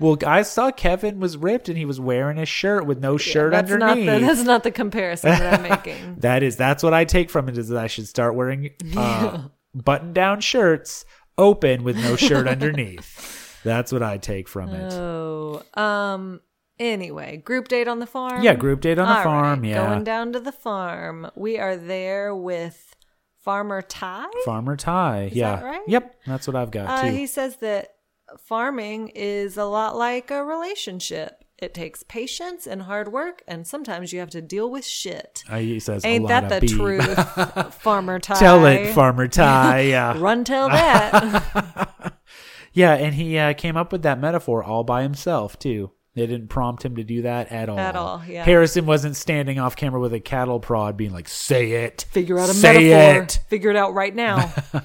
Speaker 1: Well, I saw Kevin was ripped and he was wearing a shirt with no shirt
Speaker 2: That's not the
Speaker 1: underneath.
Speaker 2: that's not the comparison that
Speaker 1: [LAUGHS]
Speaker 2: I'm making.
Speaker 1: That is that's what I take from it is that I should start
Speaker 2: [LAUGHS]
Speaker 1: wearing uh, button down shirts open with no shirt
Speaker 2: [LAUGHS]
Speaker 1: underneath. That's what I take from it.
Speaker 2: Oh, um. Anyway, group date on the farm.
Speaker 1: yeah, group date on the
Speaker 2: All
Speaker 1: farm.
Speaker 2: right,
Speaker 1: yeah,
Speaker 2: going down to the farm. We are there with Farmer Ty.
Speaker 1: farmer Ty. yeah,
Speaker 2: that right?
Speaker 1: yep, that's what I've got
Speaker 2: Uh,
Speaker 1: too.
Speaker 2: he says that farming is a lot like a relationship. It takes patience and hard work, and sometimes you have to deal with shit.
Speaker 1: Uh, he says, a
Speaker 2: Ain't
Speaker 1: lot
Speaker 2: that
Speaker 1: of
Speaker 2: the
Speaker 1: beef.
Speaker 2: truth, Farmer Ty?
Speaker 1: [LAUGHS] Tell it,
Speaker 2: [LAUGHS]
Speaker 1: farmer Ty. Yeah,
Speaker 2: Run
Speaker 1: [LAUGHS]
Speaker 2: tell that. [LAUGHS]
Speaker 1: yeah, and he uh, came up with that metaphor all by himself too. They didn't prompt him to do that at all.
Speaker 2: At all, yeah.
Speaker 1: Harrison wasn't standing off camera with a cattle prod, being like, "Say it,
Speaker 2: Figure out a
Speaker 1: say
Speaker 2: metaphor.
Speaker 1: it."
Speaker 2: Figure it out right now.
Speaker 1: [LAUGHS]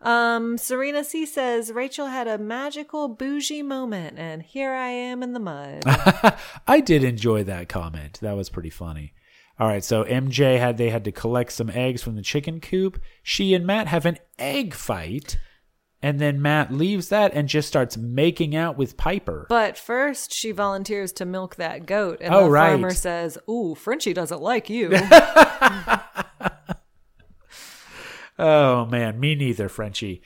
Speaker 2: um, Serena C says Rachel had a magical bougie moment, and here I am in the mud.
Speaker 1: [LAUGHS] I did enjoy that comment. That was pretty funny. All right, so MJ had they had to collect some eggs from the chicken coop. She and Matt have an egg fight, and then Matt leaves that and just starts making out with Piper.
Speaker 2: but first, she volunteers to milk that goat, and
Speaker 1: Oh,
Speaker 2: the
Speaker 1: right.
Speaker 2: farmer says, "Ooh, Frenchie doesn't
Speaker 1: [LAUGHS]
Speaker 2: like you."
Speaker 1: oh man, me neither, Frenchie.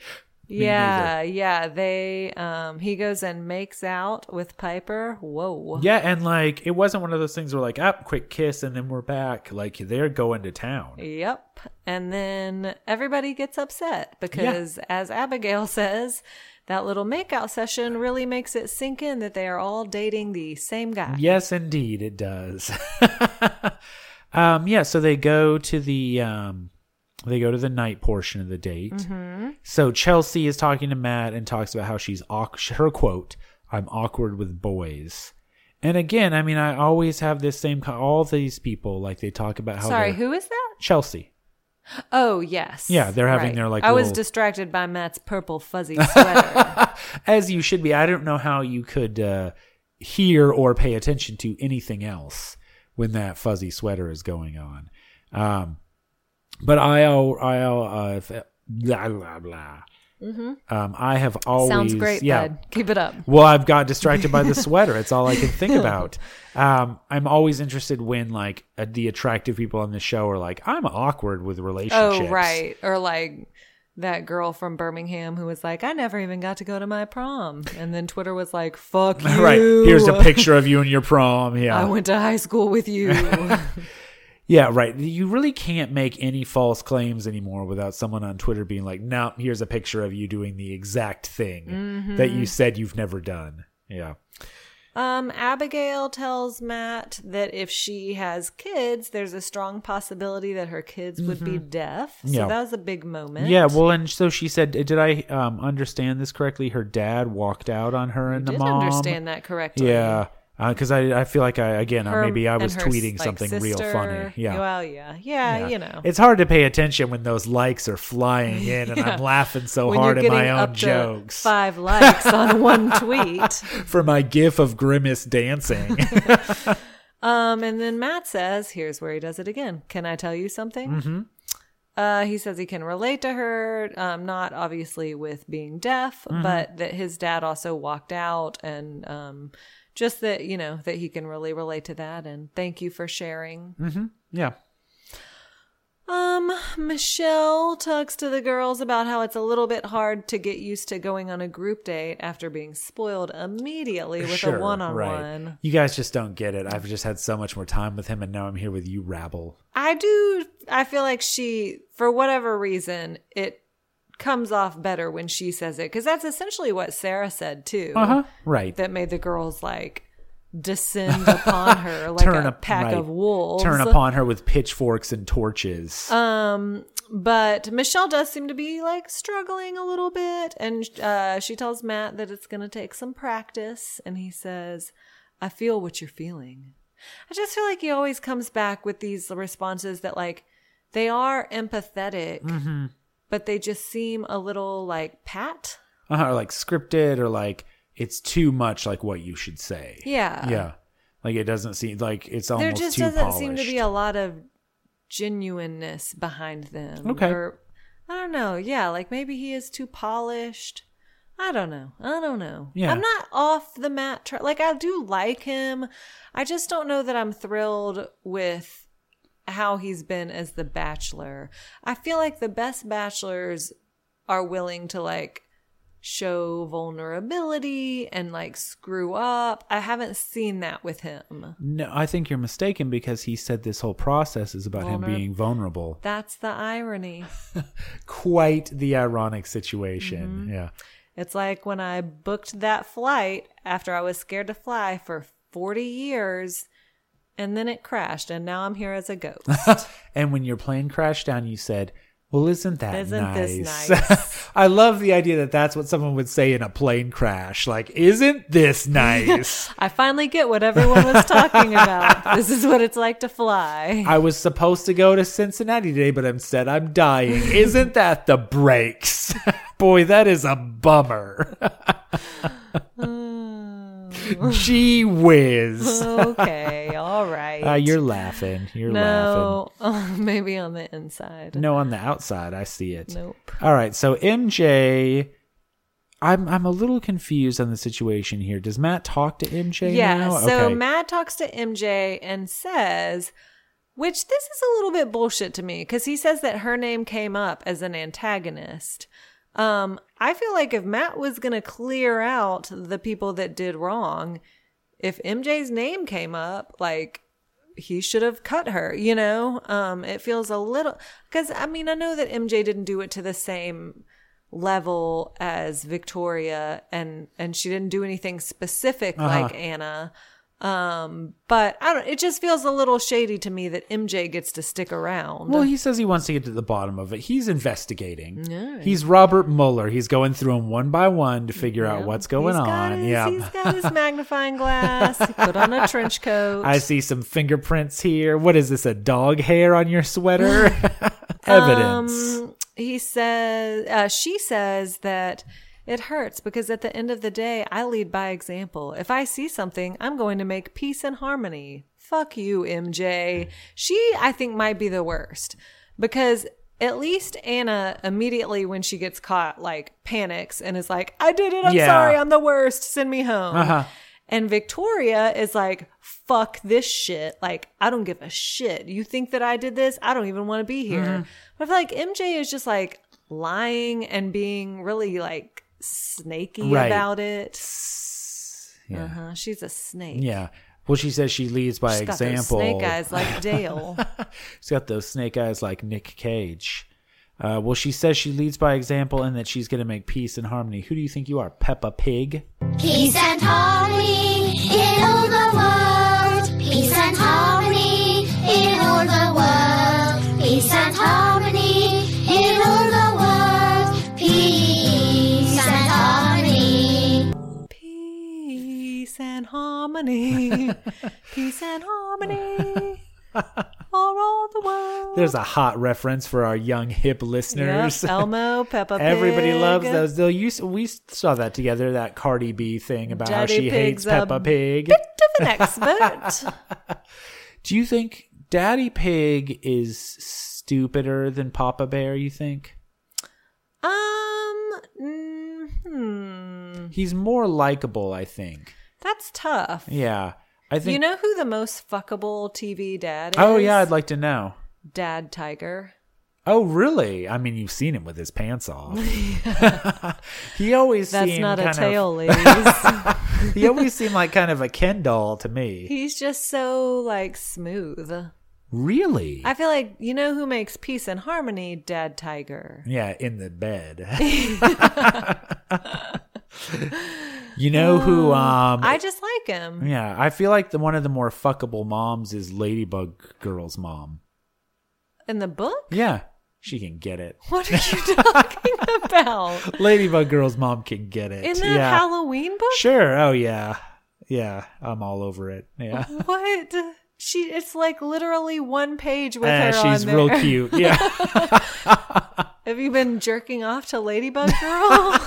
Speaker 2: yeah, yeah. They, um, he goes and makes out with Piper. Whoa.
Speaker 1: Yeah, and like it wasn't one of those things where like up, quick kiss, and then we're back. Like they're going to town.
Speaker 2: Yep. And then everybody gets upset because, as Abigail [LAUGHS] says, that little makeout session really makes it sink in that they are all dating the same guy.
Speaker 1: Yes, indeed, it does. [LAUGHS] um, yeah, so they go to the um, they go to the night portion of the date.
Speaker 2: Mm-hmm.
Speaker 1: So Chelsea is talking to Matt and talks about how she's awk- her quote, "I'm awkward with boys," And again, I mean, I always have this same. co- All these people, like they talk about how
Speaker 2: Sorry,
Speaker 1: they're-
Speaker 2: who is that?
Speaker 1: Chelsea.
Speaker 2: Oh, yes.
Speaker 1: Yeah, they're having
Speaker 2: Right.
Speaker 1: their, like,
Speaker 2: I was
Speaker 1: little-
Speaker 2: distracted by Matt's
Speaker 1: [LAUGHS]
Speaker 2: purple fuzzy sweater.
Speaker 1: as you should be. I don't know how you could uh, hear or pay attention to anything else when that fuzzy sweater is going on. Um, but I, al- I, al- uh, f- blah blah blah. Um, I have always
Speaker 2: Mm-hmm. Sounds great,
Speaker 1: yeah.
Speaker 2: bud. Keep it up.
Speaker 1: Well, I've got distracted
Speaker 2: [LAUGHS]
Speaker 1: by the sweater. It's all I can think about. Um, I'm always interested when like uh, the attractive people on the show are like, I'm awkward with relationships.
Speaker 2: Oh, right. Or like that girl from Birmingham who was like, I never even got to go to my prom. And then Twitter was like, fuck
Speaker 1: [LAUGHS]
Speaker 2: you.
Speaker 1: [LAUGHS] Right. Here's a picture of you in your
Speaker 2: [LAUGHS]
Speaker 1: prom. Yeah.
Speaker 2: I went to high school with you.
Speaker 1: [LAUGHS] Yeah, right. You really can't make any false claims anymore without someone on Twitter being like, "Now, here's a picture of you doing the exact thing that
Speaker 2: Mm-hmm.
Speaker 1: you said you've never done." Yeah.
Speaker 2: um, Abigail tells Matt that if she has kids, there's a strong possibility that her kids would be deaf. So
Speaker 1: Mm-hmm. Yeah.
Speaker 2: that was a big moment.
Speaker 1: Yeah, well, and so she said, did I um, understand this correctly? Her dad walked out on her and
Speaker 2: Did
Speaker 1: the mom.
Speaker 2: understand that correctly.
Speaker 1: Yeah. Because I, I feel like I again uh,
Speaker 2: Her-
Speaker 1: maybe I
Speaker 2: and
Speaker 1: was
Speaker 2: her,
Speaker 1: tweeting
Speaker 2: like,
Speaker 1: something real
Speaker 2: sister.
Speaker 1: funny. Yeah.
Speaker 2: Well, yeah. Yeah, you know.
Speaker 1: It's hard to pay attention when those likes are
Speaker 2: [LAUGHS]
Speaker 1: flying in and I'm laughing so
Speaker 2: when
Speaker 1: hard
Speaker 2: you're
Speaker 1: at
Speaker 2: getting
Speaker 1: my own
Speaker 2: up
Speaker 1: jokes.
Speaker 2: to five likes
Speaker 1: [LAUGHS]
Speaker 2: on one tweet.
Speaker 1: for my gif of Grimace
Speaker 2: [LAUGHS]
Speaker 1: dancing.
Speaker 2: Um, and then Matt says, here's where he does it again. Can I tell you something? Mm-hmm. Uh, he says he can relate to her, um, not obviously with being deaf, but that his dad also walked out and um, just that, you know, that he can really relate to that. And thank you for sharing.
Speaker 1: yeah.
Speaker 2: Um, Michelle talks to the girls about how it's a little bit hard to get used to going on a group date after being spoiled immediately with a one on one.
Speaker 1: You guys just don't get it. I've just had so much more time with him, and now I'm here with you, rabble.
Speaker 2: I do. I feel like she, for whatever reason, it comes off better when she says it because that's essentially what Sarah said too.
Speaker 1: Uh-huh. Right.
Speaker 2: That made the girls like descend
Speaker 1: [LAUGHS]
Speaker 2: upon her like a
Speaker 1: up-
Speaker 2: pack
Speaker 1: right.
Speaker 2: of wolves. Uh.
Speaker 1: Turn upon her with pitchforks and torches.
Speaker 2: But Michelle does seem to be like struggling a little bit, and uh, she tells Matt that it's going to take some practice, and he says, "I feel what you're feeling." I just feel like he always comes back with these responses that like they are empathetic, but they just seem a little like pat.
Speaker 1: uh, or like scripted, or like it's too much like what you should say.
Speaker 2: Yeah,
Speaker 1: Yeah. Like it doesn't seem like it's almost
Speaker 2: There just
Speaker 1: too
Speaker 2: doesn't
Speaker 1: polished.
Speaker 2: seem to be a lot of genuineness behind them.
Speaker 1: Okay.
Speaker 2: Or, I don't know. Yeah, like maybe he is too polished. I don't know. I don't know.
Speaker 1: Yeah.
Speaker 2: I'm not off the mat. Tra- like I do like him. I just don't know that I'm thrilled with how he's been as the bachelor. I feel like the best bachelors are willing to like show vulnerability and like screw up. I haven't seen that with him.
Speaker 1: no, I think you're mistaken because he said this whole process is about him
Speaker 2: Vulner-
Speaker 1: being vulnerable.
Speaker 2: That's the irony.
Speaker 1: Quite the ironic situation.
Speaker 2: Mm-hmm.
Speaker 1: Yeah.
Speaker 2: It's like when I booked that flight after I was scared to fly for 40 years and then it crashed and now I'm here as a
Speaker 1: [LAUGHS]
Speaker 2: ghost.
Speaker 1: And when your plane crashed down, you said, "Well, isn't that
Speaker 2: Isn't
Speaker 1: nice?"
Speaker 2: this nice?
Speaker 1: [LAUGHS] I love the idea that that's what someone would say in a plane crash. Like, "Isn't
Speaker 2: [LAUGHS]
Speaker 1: this nice?"
Speaker 2: I finally get what everyone was
Speaker 1: [LAUGHS]
Speaker 2: talking about. This is what it's like to fly.
Speaker 1: I was supposed to go to Cincinnati today, but instead I'm
Speaker 2: [LAUGHS]
Speaker 1: dying. Isn't that the breaks? [LAUGHS] Boy, that is a bummer. [LAUGHS] Gee
Speaker 2: [LAUGHS]
Speaker 1: whiz.
Speaker 2: Mm, okay, all right.
Speaker 1: Uh, you're laughing. You're laughing.
Speaker 2: no, [LAUGHS] maybe on the inside.
Speaker 1: No, on the outside, I see it.
Speaker 2: Nope.
Speaker 1: All right, so MJ, I'm I'm a little confused on the situation here. Does Matt talk to MJ?
Speaker 2: Yeah.
Speaker 1: now?
Speaker 2: So
Speaker 1: Okay.
Speaker 2: Matt talks to MJ and says, which this is a little bit bullshit to me because he says that her name came up as an antagonist. Um, I feel like if Matt was going to clear out the people that did wrong, if MJ's name came up, like he should have cut her, you know? Um, it feels a little, because I mean, I know that MJ didn't do it to the same level
Speaker 1: Uh-huh.
Speaker 2: as Victoria and and she didn't do anything specific like Anna Um, but I don't. It just feels a little shady to me that MJ gets to stick around.
Speaker 1: Well, he says he wants to get to the bottom of it. He's investigating. He's Robert Mueller. He's going through them one by one to figure out what's going
Speaker 2: He's got
Speaker 1: on.
Speaker 2: his-
Speaker 1: yeah.
Speaker 2: he's got his magnifying glass. He put on a trench
Speaker 1: [LAUGHS]
Speaker 2: coat.
Speaker 1: I see some fingerprints here. What is this? A dog hair on your
Speaker 2: [LAUGHS]
Speaker 1: sweater? Evidence.
Speaker 2: Um, he says, uh, she says that it hurts because at the end of the day, I lead by example. If I see something, I'm going to make peace and harmony. Fuck you, MJ. She, I think, might be the worst because at least Anna immediately when she gets caught, like panics and is like, I did it. I'm
Speaker 1: Yeah. Uh-huh.
Speaker 2: sorry. I'm the worst. Send me home. And Victoria is like, fuck this shit. Like, I don't give a shit. You think that I did this? I don't even want to be here.
Speaker 1: Mm-hmm.
Speaker 2: But I feel like MJ is just like lying and being really like snaky
Speaker 1: Right.
Speaker 2: about it.
Speaker 1: yeah.
Speaker 2: Uh-huh. She's a snake.
Speaker 1: yeah. Well, she says she leads by
Speaker 2: She's got those
Speaker 1: example.
Speaker 2: snake
Speaker 1: [LAUGHS]
Speaker 2: eyes like Dale.
Speaker 1: She's got those snake eyes like Nick Cage. Uh, well, she says she leads by example and that she's going to make peace and harmony. Who do you think you are, Peppa Pig?
Speaker 6: Peace and harmony in all the world. Peace and harmony in all the world. Peace and harmony in all the world. Peace and harmony.
Speaker 2: Peace
Speaker 1: [LAUGHS]
Speaker 2: and harmony. Peace and harmony. For all the world.
Speaker 1: There's a hot reference for our young hip
Speaker 2: Yep,
Speaker 1: listeners.
Speaker 2: Elmo, Peppa
Speaker 1: [LAUGHS]
Speaker 2: Pig.
Speaker 1: Everybody loves those. Though you, we saw that together, that Cardi B thing about how
Speaker 2: Daddy
Speaker 1: she hates
Speaker 2: Pig's a
Speaker 1: Peppa Pig.
Speaker 2: Bit of an expert. [LAUGHS]
Speaker 1: Do you think Daddy Pig is stupider than Papa Bear? You think
Speaker 2: um, mm, hmm,
Speaker 1: he's more likable? I think.
Speaker 2: that's tough.
Speaker 1: Yeah, I think.
Speaker 2: You know who the most fuckable TV dad is?
Speaker 1: oh yeah, I'd like to know.
Speaker 2: Dad Tiger.
Speaker 1: Oh really? I mean, you've seen him with his pants off.
Speaker 2: [LAUGHS]
Speaker 1: [LAUGHS] he always
Speaker 2: That's
Speaker 1: seemed
Speaker 2: not a
Speaker 1: kind [LAUGHS]
Speaker 2: tail, ladies.
Speaker 1: Of, he always seemed like kind of a Ken doll to me.
Speaker 2: He's just so like smooth.
Speaker 1: Really?
Speaker 2: I feel like you know who makes peace and harmony, Dad Tiger.
Speaker 1: Yeah, in the
Speaker 2: [LAUGHS]
Speaker 1: bed. you know who? Um,
Speaker 2: I just like him.
Speaker 1: yeah, I feel like the one of the more fuckable moms is Ladybug Girl's mom.
Speaker 2: In the book?
Speaker 1: Yeah, she can get it.
Speaker 2: What are you [LAUGHS] talking about?
Speaker 1: Ladybug Girl's mom can get it.
Speaker 2: In that
Speaker 1: yeah,
Speaker 2: Halloween book?
Speaker 1: sure. Oh yeah, yeah. I'm all over it. Yeah,
Speaker 2: What? She it's like literally one page with
Speaker 1: Eh,
Speaker 2: her
Speaker 1: she's
Speaker 2: on there.
Speaker 1: real
Speaker 2: [LAUGHS]
Speaker 1: cute. Yeah,
Speaker 2: Have you been jerking off
Speaker 1: [LAUGHS]
Speaker 2: to Ladybug Girl?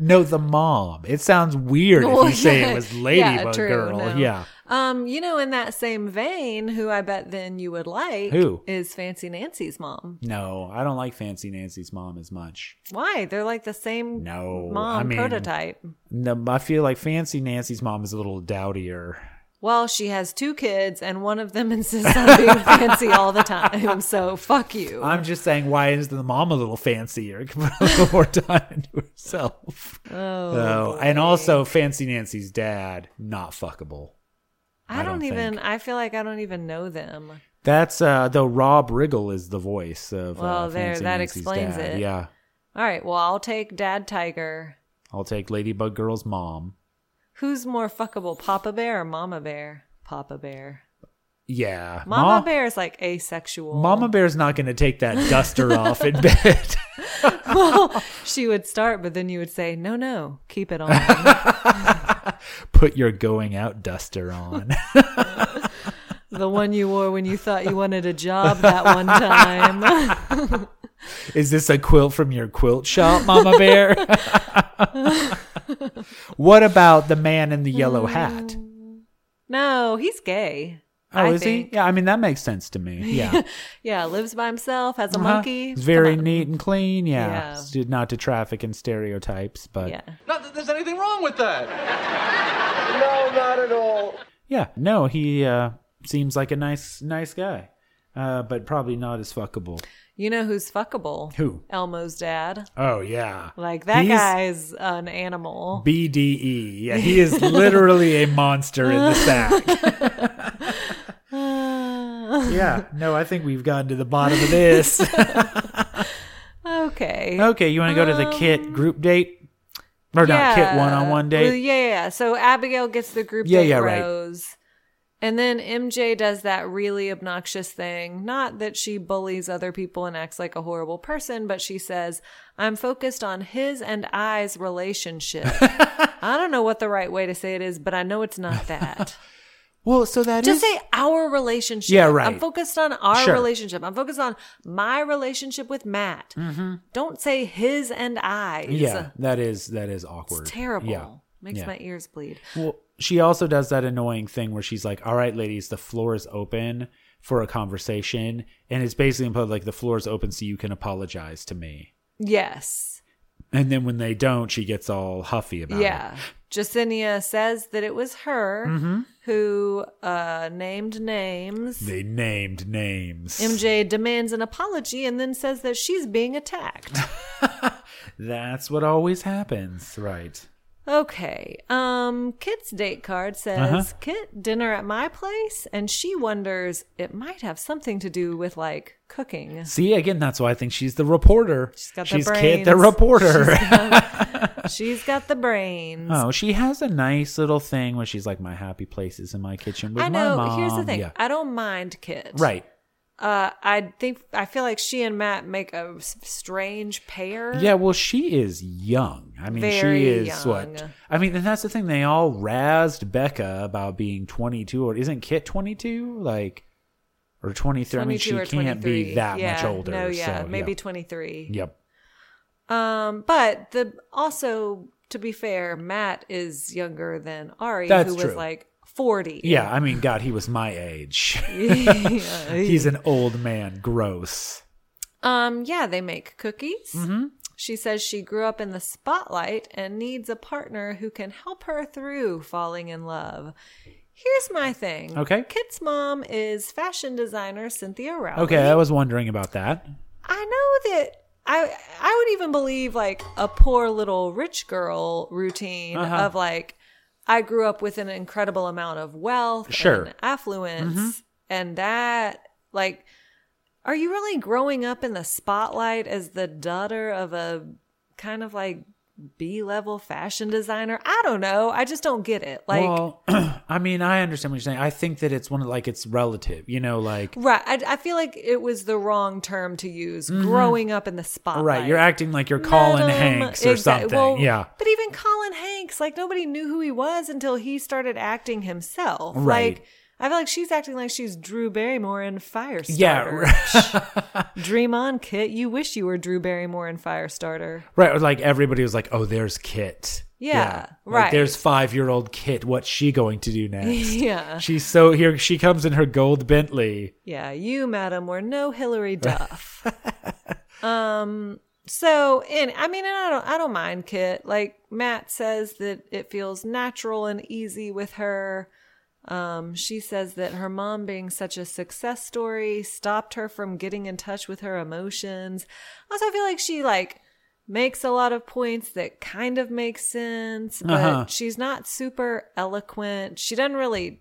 Speaker 1: no, the mom. It sounds weird if
Speaker 2: Well, [LAUGHS]
Speaker 1: you say
Speaker 2: yeah.
Speaker 1: it was Ladybug
Speaker 2: Yeah, true,
Speaker 1: Girl.
Speaker 2: no.
Speaker 1: Yeah,
Speaker 2: um, you know, in that same vein, who I bet then you would like
Speaker 1: Who?
Speaker 2: is Fancy Nancy's mom.
Speaker 1: no, I don't like Fancy Nancy's mom as much.
Speaker 2: Why? They're like the same
Speaker 1: No,
Speaker 2: mom
Speaker 1: I mean-
Speaker 2: prototype.
Speaker 1: No, I feel like Fancy Nancy's mom is a little dowdier.
Speaker 2: Well, she has two kids, and one of them [LAUGHS] insists
Speaker 1: [LAUGHS]
Speaker 2: on being fancy all the time. So fuck you.
Speaker 1: I'm just saying, why is the mom a little fancier? [LAUGHS] Can put a little more time into herself.
Speaker 2: Oh,
Speaker 1: So, and also, Fancy Nancy's dad, not fuckable.
Speaker 2: I,
Speaker 1: I
Speaker 2: don't,
Speaker 1: don't
Speaker 2: even.
Speaker 1: think.
Speaker 2: I feel like I don't even know them.
Speaker 1: That's uh though Rob Riggle is the voice of. uh,
Speaker 2: Well, there,
Speaker 1: Fancy
Speaker 2: that
Speaker 1: Nancy's
Speaker 2: explains
Speaker 1: dad.
Speaker 2: it.
Speaker 1: Yeah,
Speaker 2: All right. Well, I'll take Dad Tiger.
Speaker 1: I'll take Ladybug Girl's mom.
Speaker 2: Who's more fuckable, Papa Bear or Mama Bear? Papa Bear.
Speaker 1: Yeah,
Speaker 2: Mama
Speaker 1: Ma-
Speaker 2: Bear is like asexual.
Speaker 1: Mama Bear's not going to take that duster [LAUGHS] off in bed. [LAUGHS]
Speaker 2: She would start, but then you would say, "No, no, keep it on."
Speaker 1: Put your going out duster on.
Speaker 2: [LAUGHS] the one you wore when you thought you wanted a job
Speaker 1: [LAUGHS]
Speaker 2: that one time.
Speaker 1: [LAUGHS]
Speaker 2: [LAUGHS]
Speaker 1: Is this a quilt from your quilt shop, Mama
Speaker 2: [LAUGHS]
Speaker 1: Bear? what about the man in the
Speaker 2: Mm.
Speaker 1: yellow hat?
Speaker 2: no, he's gay.
Speaker 1: Oh,
Speaker 2: I
Speaker 1: is
Speaker 2: think.
Speaker 1: he? Yeah, I mean that makes sense to
Speaker 2: [LAUGHS]
Speaker 1: me. Yeah,
Speaker 2: Yeah, lives by himself, has a
Speaker 1: Uh-huh.
Speaker 2: monkey.
Speaker 1: It's very
Speaker 2: Come on.
Speaker 1: neat and clean. Yeah,
Speaker 2: Yeah.
Speaker 1: It's not to traffic in stereotypes, but yeah.
Speaker 2: Yeah.
Speaker 7: Not that there's anything wrong with that.
Speaker 1: no, he uh, seems like a nice, nice guy, uh, but probably not as fuckable.
Speaker 2: You know who's fuckable?
Speaker 1: Who?
Speaker 2: Elmo's dad.
Speaker 1: Oh yeah,
Speaker 2: Like that
Speaker 1: He's-
Speaker 2: guy's an animal.
Speaker 1: BDE. Yeah, he is
Speaker 2: [LAUGHS]
Speaker 1: literally a monster in the sack. [LAUGHS] yeah, no, I think we've gotten to the bottom of
Speaker 2: [LAUGHS]
Speaker 1: this.
Speaker 2: okay. Um,
Speaker 1: Okay, you want to go to the kit group date? Or not Kit one on one date.
Speaker 2: Well, yeah, yeah, yeah. So Abigail gets the group
Speaker 1: Yeah,
Speaker 2: date
Speaker 1: yeah, right.
Speaker 2: rose. And then MJ does that really obnoxious thing. Not that she bullies other people and acts like a horrible person, but she says, I'm focused on his and I's
Speaker 1: [LAUGHS]
Speaker 2: relationship. I don't know what the right way to say it is, but I know it's
Speaker 1: [LAUGHS]
Speaker 2: not that.
Speaker 1: Well, so that
Speaker 2: Just
Speaker 1: is-
Speaker 2: say our relationship.
Speaker 1: Yeah, right.
Speaker 2: I'm focused on our
Speaker 1: Sure.
Speaker 2: relationship. I'm focused on my relationship with Matt. Don't say his and I's.
Speaker 1: Mm-hmm. yeah, that is that is awkward.
Speaker 2: It's terrible.
Speaker 1: Yeah.
Speaker 2: Makes
Speaker 1: Yeah.
Speaker 2: my ears bleed.
Speaker 1: Well, she also does that annoying thing where she's like, "All right, ladies, the floor is open for a conversation," and it's basically implied like the floor is open so you can apologize to me.
Speaker 2: Yes.
Speaker 1: And then when they don't, she gets all huffy about it.
Speaker 2: Yeah. Jacinia says that it was her
Speaker 1: Mm-hmm.
Speaker 2: who uh, named names.
Speaker 1: They named names.
Speaker 2: MJ demands an apology and then says that she's being
Speaker 1: [LAUGHS]
Speaker 2: attacked.
Speaker 1: That's what always happens, right?
Speaker 2: Okay. Um, Kit's date card says
Speaker 1: Uh-huh.
Speaker 2: Kit dinner at my place, and she wonders it might have something to do with like cooking.
Speaker 1: See, again, that's why I think she's the reporter.
Speaker 2: She's got the
Speaker 1: She's Kit, the
Speaker 2: brains.
Speaker 1: reporter. [LAUGHS]
Speaker 2: She's got the brains.
Speaker 1: oh, she has a nice little thing where she's like, "My happy place is in my kitchen with
Speaker 2: I
Speaker 1: my
Speaker 2: know.
Speaker 1: mom."
Speaker 2: Here's the thing.
Speaker 1: Yeah.
Speaker 2: I don't mind Kit.
Speaker 1: Right.
Speaker 2: Uh, I think I feel like she and Matt make a s- strange pair.
Speaker 1: Yeah, well, she is young. I mean,
Speaker 2: Very
Speaker 1: she is what?
Speaker 2: young.
Speaker 1: I mean, and that's the thing. They all razzed Becca about being 22, or isn't Kit 22? Like, or 23? I mean, she
Speaker 2: 22 or
Speaker 1: can't be
Speaker 2: 23.
Speaker 1: that
Speaker 2: Yeah,
Speaker 1: much older.
Speaker 2: No, yeah,
Speaker 1: so,
Speaker 2: maybe 23.
Speaker 1: Yep.
Speaker 2: Um, but the also to be fair, Matt is younger than Ari,
Speaker 1: That's
Speaker 2: who was
Speaker 1: true.
Speaker 2: like 40.
Speaker 1: Yeah, I mean, God, he was my age.
Speaker 2: [LAUGHS]
Speaker 1: [LAUGHS] He's an old man. Gross.
Speaker 2: Um, yeah, they make cookies.
Speaker 1: Mm-hmm.
Speaker 2: She says she grew up in the spotlight and needs a partner who can help her through falling in love. Here's my thing.
Speaker 1: Okay.
Speaker 2: Kit's mom is fashion designer Cynthia Rowley.
Speaker 1: Okay, I was wondering about that.
Speaker 2: I know that I I would even believe like a poor little rich girl routine
Speaker 1: Uh-huh.
Speaker 2: of like I grew up with an incredible amount of wealth
Speaker 1: Sure. Mm-hmm.
Speaker 2: and affluence and that like are you really growing up in the spotlight as the daughter of a kind of like B-level fashion designer? I don't know. I just don't get it. Like
Speaker 1: well, [CLEARS THROAT] I mean, I understand what you're saying. I think that it's one of like it's relative, you know, like
Speaker 2: Right, I, I feel like it was the wrong term to use. Growing up in the spotlight,
Speaker 1: Mm-hmm. right. You're acting like you're Colin
Speaker 2: Madam-
Speaker 1: Hanks or
Speaker 2: Exa-
Speaker 1: something.
Speaker 2: well,
Speaker 1: yeah,
Speaker 2: But even Colin Hanks, like nobody knew who he was until he started acting himself.
Speaker 1: Right.
Speaker 2: Like I feel like she's acting like she's Drew Barrymore in Firestarter.
Speaker 1: yeah.
Speaker 2: [LAUGHS] Dream on, Kit. You wish you were Drew Barrymore in Firestarter. [LAUGHS]
Speaker 1: Right, or like everybody was like, "Oh, there's Kit."
Speaker 2: Yeah,
Speaker 1: Like, there's
Speaker 2: right.
Speaker 1: five-year-old Kit. What's she going to do next?
Speaker 2: [LAUGHS] Yeah.
Speaker 1: She's so here. She comes in her gold Bentley.
Speaker 2: Yeah, you, madam, were no Hillary Duff. um. So, and I mean, and I don't, I don't mind Kit. Like Matt says that it feels natural and easy with her. Um, she says that her mom being such a success story stopped her from getting in touch with her emotions. Also, I feel like she like makes a lot of points that kind of make sense, but
Speaker 1: Uh-huh.
Speaker 2: she's not super eloquent. She doesn't really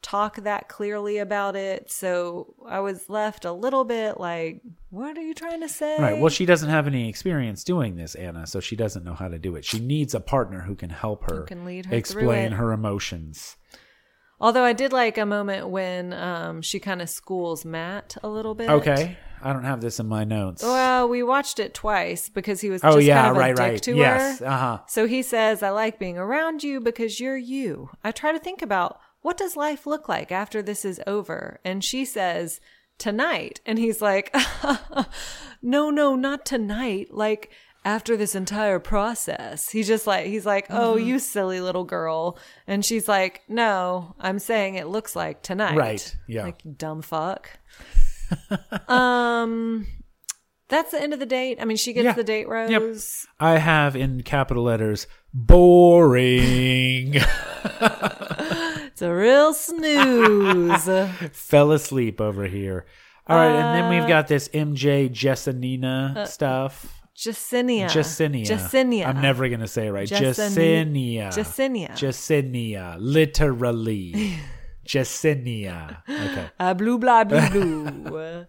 Speaker 2: talk that clearly about it. So I was left a little bit like, what are you trying to say?
Speaker 1: Right. Well, she doesn't have any experience doing this, Anna, so she doesn't know how to do it. She needs a partner who can help her,
Speaker 2: can lead her through
Speaker 1: explain
Speaker 2: it.
Speaker 1: her emotions.
Speaker 2: Although I did like a moment when um, she kind of schools Matt a little bit.
Speaker 1: Okay, I don't have this in my notes.
Speaker 2: Well, we watched it twice because he was
Speaker 1: oh
Speaker 2: just
Speaker 1: yeah,
Speaker 2: kind of a
Speaker 1: right,
Speaker 2: dick
Speaker 1: right.
Speaker 2: to
Speaker 1: yes.
Speaker 2: her.
Speaker 1: Uh huh.
Speaker 2: So he says, I like being around you because you're you. I try to think about what does life look like after this is over? And she says, tonight. And he's like, [LAUGHS] no, no, not tonight. Like after this entire process, he just like, he's like, oh,
Speaker 1: Mm-hmm.
Speaker 2: you silly little girl. And she's like, no, I'm saying it looks like tonight.
Speaker 1: Right, yeah.
Speaker 2: Like dumb fuck. um, that's the end of the date. I mean, she gets
Speaker 1: Yeah.
Speaker 2: the date rose.
Speaker 1: Yep. I have in capital letters boring. [LAUGHS]
Speaker 2: It's a
Speaker 1: [LAUGHS]
Speaker 2: real snooze.
Speaker 1: fell asleep over here. All right, and then
Speaker 2: Uh,
Speaker 1: we've got this MJ Jessanina stuff.
Speaker 2: Jacinia.
Speaker 1: Jessinia.
Speaker 2: Jacinia.
Speaker 1: I'm never going to say it right.
Speaker 2: Jessani-
Speaker 1: Jessinia.
Speaker 2: Jacinia.
Speaker 1: Jessinia.
Speaker 2: [LAUGHS]
Speaker 1: Literally. Jessinia. Okay.
Speaker 2: Ah, blue, blah, blue,
Speaker 1: [LAUGHS]
Speaker 2: blue.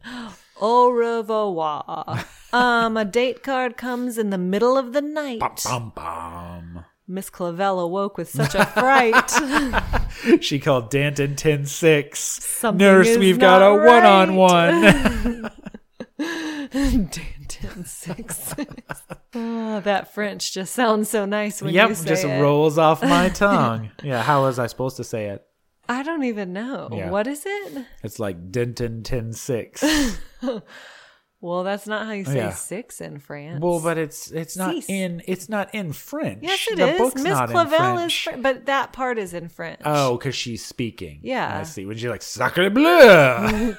Speaker 2: Au revoir. Um, a date card comes in the middle of the night.
Speaker 1: Bum, bum.
Speaker 2: Miss Clavell awoke with such a fright.
Speaker 1: [LAUGHS] She called Danton 10 6.
Speaker 2: Something
Speaker 1: Nurse,
Speaker 2: is
Speaker 1: we've got a
Speaker 2: not
Speaker 1: one on one.
Speaker 2: Danton six. oh, that French just sounds so
Speaker 1: [LAUGHS]
Speaker 2: nice [LAUGHS] when
Speaker 1: Yep,
Speaker 2: you say
Speaker 1: just
Speaker 2: it.
Speaker 1: rolls off
Speaker 2: [LAUGHS]
Speaker 1: my tongue. yeah, how was I supposed to say it?
Speaker 2: I don't even know.
Speaker 1: Yeah.
Speaker 2: What is it?
Speaker 1: It's like Denton 10
Speaker 2: [LAUGHS]
Speaker 1: 6.
Speaker 2: Well, that's not how you say
Speaker 1: Yeah.
Speaker 2: six in France.
Speaker 1: Well, but it's it's not
Speaker 2: Cease.
Speaker 1: in it's not in French.
Speaker 2: yes, it is.
Speaker 1: the Book's
Speaker 2: Miss
Speaker 1: not in
Speaker 2: Clavel is,
Speaker 1: French.
Speaker 2: Fr- but that part is in French.
Speaker 1: Oh, because she's speaking.
Speaker 2: Yeah.
Speaker 1: I see. When she's like, Sacre [LAUGHS] bleu!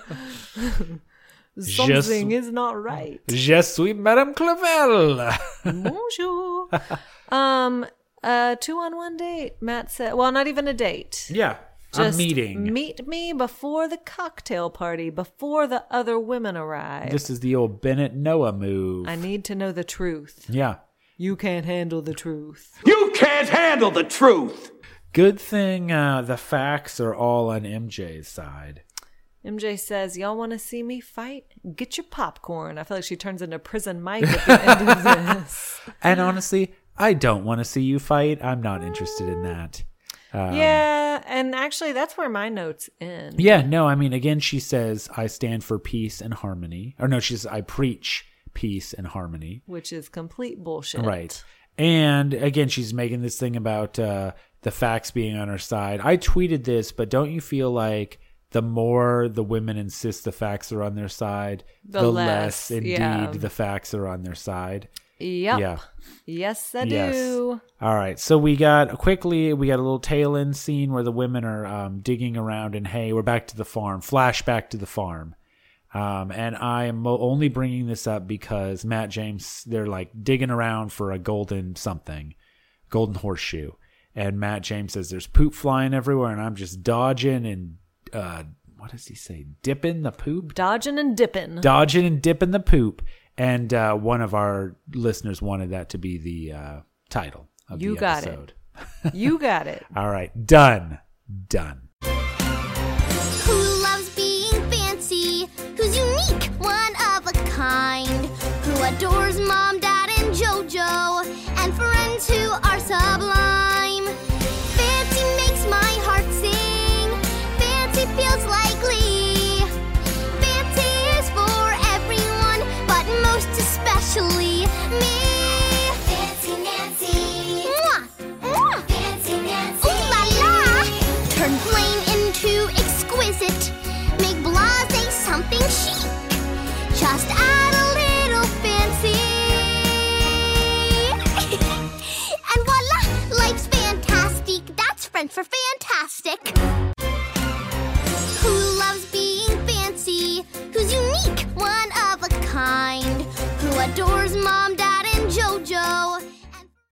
Speaker 1: just-
Speaker 2: something is
Speaker 1: [LAUGHS]
Speaker 2: not right.
Speaker 1: Je suis Madame Clavel!
Speaker 2: Bonjour. [LAUGHS] um, uh, two on one date. Matt said, "Well, not even a date.
Speaker 1: [LAUGHS] yeah.
Speaker 2: Just
Speaker 1: a meeting.
Speaker 2: Meet me before the cocktail party, before the other women arrive.
Speaker 1: this is the old Bennett Noah move.
Speaker 2: I need to know the truth.
Speaker 1: yeah.
Speaker 2: You can't handle the truth.
Speaker 4: You can't handle the truth.
Speaker 1: Good thing uh, the facts are all on MJ's side.
Speaker 2: MJ says, "Y'all want to see me fight? Get your popcorn." I feel like she turns into prison Mike at the
Speaker 1: [LAUGHS]
Speaker 2: end of this.
Speaker 1: And honestly, I don't want to see you fight. I'm not interested in that.
Speaker 2: yeah, and actually, that's where my notes end.
Speaker 1: Um, Yeah, no, I mean, again, she says, I stand for peace and harmony. Or no, she says, I preach peace and harmony.
Speaker 2: Which is complete bullshit.
Speaker 1: Right. And again, she's making this thing about uh, the facts being on her side. I tweeted this, but don't you feel like the more the women insist the facts are on their side, the,
Speaker 2: The
Speaker 1: less,
Speaker 2: less,
Speaker 1: indeed
Speaker 2: yeah.
Speaker 1: the facts are on their side?
Speaker 2: Yep.
Speaker 1: Yeah.
Speaker 2: Yes, I
Speaker 1: Yes.
Speaker 2: do.
Speaker 1: All right. So we got quickly, we got a little tail end scene where the women are um, digging around in hay. We're back to the farm, flashback to the farm. Um, and I am mo- only bringing this up because Matt James, they're like digging around for a golden something, golden horseshoe. And Matt James says there's poop flying everywhere, and I'm just dodging and, uh, what does he say? Dipping the poop?
Speaker 2: Dodging and dipping.
Speaker 1: dodging and dipping the poop. And uh, one of our listeners wanted that to be the uh, title of
Speaker 2: You
Speaker 1: the
Speaker 2: got it.
Speaker 1: episode.
Speaker 2: you got it.
Speaker 1: All right, done, done.
Speaker 6: Who loves being fancy? Who's unique, one of a kind? Who adores mom, dad, and JoJo? And friends who are sublime? Fancy makes my heart sing. Fancy feels like glee. Fancy is for everyone, but most especially me. Fancy Nancy. Mwah. Mwah. Fancy Nancy. Ooh la la. Turn plain into exquisite. Make blase something chic. Just add a little fancy. [LAUGHS] and voila, life's fantastic. That's French for fantastic. Who loves being fancy? Who's unique, one of a kind? Who adores mom, dad, and JoJo?